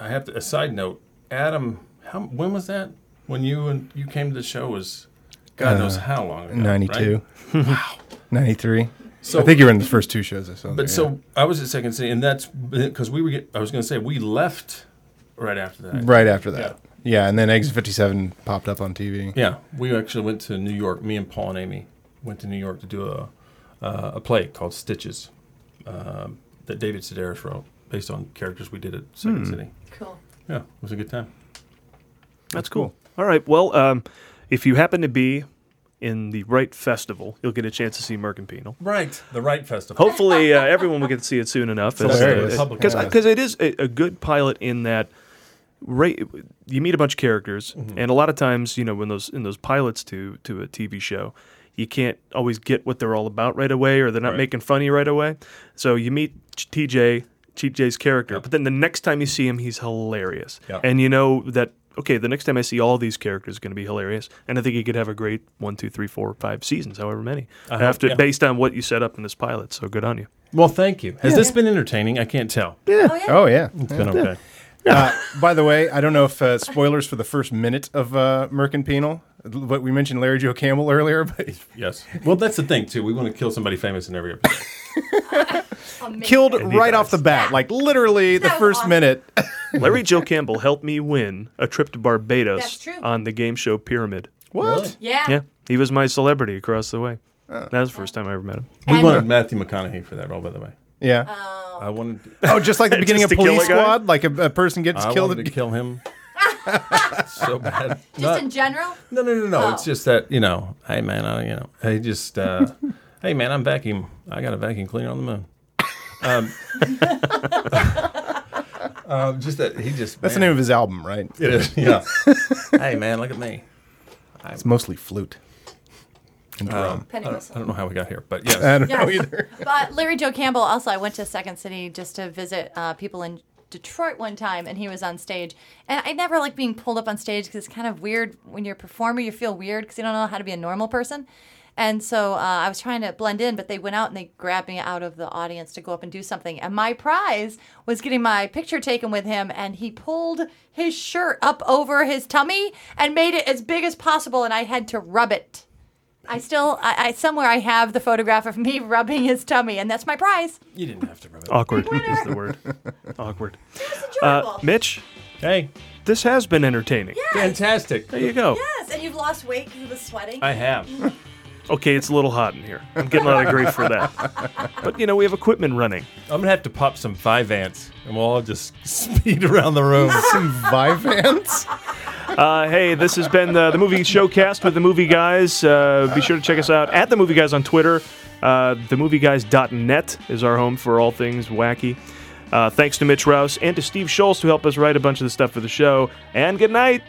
[SPEAKER 12] I have to, a side note, Adam. How when was that? When you and you came to the show was God knows
[SPEAKER 3] Uh,
[SPEAKER 12] how long ago. right?
[SPEAKER 3] 92. Wow. 93.
[SPEAKER 12] So-
[SPEAKER 3] I think you were in the first two shows I saw. there,
[SPEAKER 12] But
[SPEAKER 3] yeah.
[SPEAKER 12] so I was at Second City, and that's because we were. Get, I was going to say we left right after that.
[SPEAKER 3] right after that.
[SPEAKER 12] Yeah.
[SPEAKER 3] Yeah. and then Exit 57 popped up on TV.
[SPEAKER 12] Yeah, we actually went to New York. Me and Paul and Amy went to New York to do a uh, a play called Stitches um, that David Sedaris wrote, based on characters we did at Second
[SPEAKER 2] Hmm.
[SPEAKER 12] City. Cool. Yeah, it was a good time.
[SPEAKER 2] That's cool. All right. Well, um, if you happen to be in the right festival, you'll get a chance to see Merck and Penal.
[SPEAKER 12] Right, the Right Festival.
[SPEAKER 2] Hopefully, uh, everyone will get to see it soon enough.
[SPEAKER 12] It's hilarious. Public
[SPEAKER 2] Because
[SPEAKER 12] access.
[SPEAKER 2] because it is a, a good pilot in that. Right, you meet a bunch of characters, and a lot of times, you know, when those in those pilots to to a TV show, you can't always get what they're all about right away, or they're not
[SPEAKER 12] Right.
[SPEAKER 2] making fun of you right away. So you meet TJ, TJ's character, but then the next time you see him, he's hilarious,
[SPEAKER 12] Yeah.
[SPEAKER 2] and you know that okay, the next time I see all these characters is going to be hilarious, and I think you could have a great one, two, three, four, five seasons, however many,
[SPEAKER 12] I hope-
[SPEAKER 2] after
[SPEAKER 12] Uh-huh, yeah.
[SPEAKER 2] based on what you set up in this pilot. So good on you.
[SPEAKER 12] Well, thank you. Has
[SPEAKER 2] Yeah.
[SPEAKER 12] this been entertaining? I can't tell.
[SPEAKER 3] Yeah. Oh, yeah.
[SPEAKER 12] It's been
[SPEAKER 3] Yeah.
[SPEAKER 12] okay.
[SPEAKER 3] Uh, by the way, I don't know if uh, spoilers for the first minute of uh, Merck and Penal, but we mentioned Larry Joe Campbell earlier, but
[SPEAKER 12] Yes. Well, that's the thing too. We want to kill somebody famous in every episode.
[SPEAKER 3] killed
[SPEAKER 2] And he
[SPEAKER 3] right off the bat, like literally the first minute.
[SPEAKER 2] Larry Joe Campbell helped me win a trip to
[SPEAKER 5] That's
[SPEAKER 2] Barbados
[SPEAKER 5] true. Ah.
[SPEAKER 2] on the game show Pyramid.
[SPEAKER 3] What? Really?
[SPEAKER 5] Yeah.
[SPEAKER 2] Yeah. He was my celebrity across the way.
[SPEAKER 5] Ah.
[SPEAKER 2] that was the first time I ever met him.
[SPEAKER 12] We And- wanted Matthew McConaughey for that role, by the way.
[SPEAKER 3] Yeah.
[SPEAKER 12] I wanted.
[SPEAKER 3] Oh, just like the beginning of
[SPEAKER 12] Just to kill
[SPEAKER 3] Police
[SPEAKER 12] a guy?
[SPEAKER 3] Squad, like a, a person gets
[SPEAKER 12] I
[SPEAKER 3] killed.
[SPEAKER 12] wanted to kill him so bad.
[SPEAKER 5] Just
[SPEAKER 12] Not-
[SPEAKER 5] in general?
[SPEAKER 12] No, no, no, no.
[SPEAKER 5] Oh.
[SPEAKER 12] It's just that you know, hey man, I, you know, I just, uh, hey man, I'm vacuum. I got a vacuum cleaner on the moon. Um, um, just that he just.
[SPEAKER 3] That's the name of his album, right?
[SPEAKER 12] It is. Yeah. hey man, look at me.
[SPEAKER 3] It's mostly flute. And drum.
[SPEAKER 12] I, don't,
[SPEAKER 5] Penny
[SPEAKER 12] I don't know how we got here, but yes.
[SPEAKER 3] I don't
[SPEAKER 5] Yes. But Larry Joe Campbell, also, I went to Second City just to visit uh, people in Detroit one time, and he was on stage. And I never like being pulled up on stage because it's kind of weird when you're a performer. You feel weird because you don't know how to be a normal person. And so uh, I was trying to blend in, but they went out and they grabbed me out of the audience to go up and do something. And my prize was getting my picture taken with him, and he pulled his shirt up over his tummy and made it as big as possible, and I had to rub it. I still, I, I somewhere I have the photograph of me rubbing his tummy, and that's my prize.
[SPEAKER 12] You didn't have to rub it.
[SPEAKER 2] Awkward is the word. Awkward. Uh, Mitch. Hey. This has been entertaining.
[SPEAKER 14] Fantastic.
[SPEAKER 2] There you go.
[SPEAKER 5] Yes, and you've lost weight because of the sweating.
[SPEAKER 14] I have.
[SPEAKER 2] Okay, it's a little hot in here. I'm getting a lot of grief for that. But you know, we have equipment running.
[SPEAKER 14] I'm gonna have to pop some Vyvanse, and we'll all just speed around the room.
[SPEAKER 3] some Vyvanse.
[SPEAKER 2] Uh, hey, this has been the, the movie showcast with the movie guys. Uh, be sure to check us out at the movie guys on Twitter. Uh, themovieguys.net is our home for all things wacky. Uh, thanks to Mitch Rouse and to Steve Schultz to help us write a bunch of the stuff for the show. And good night.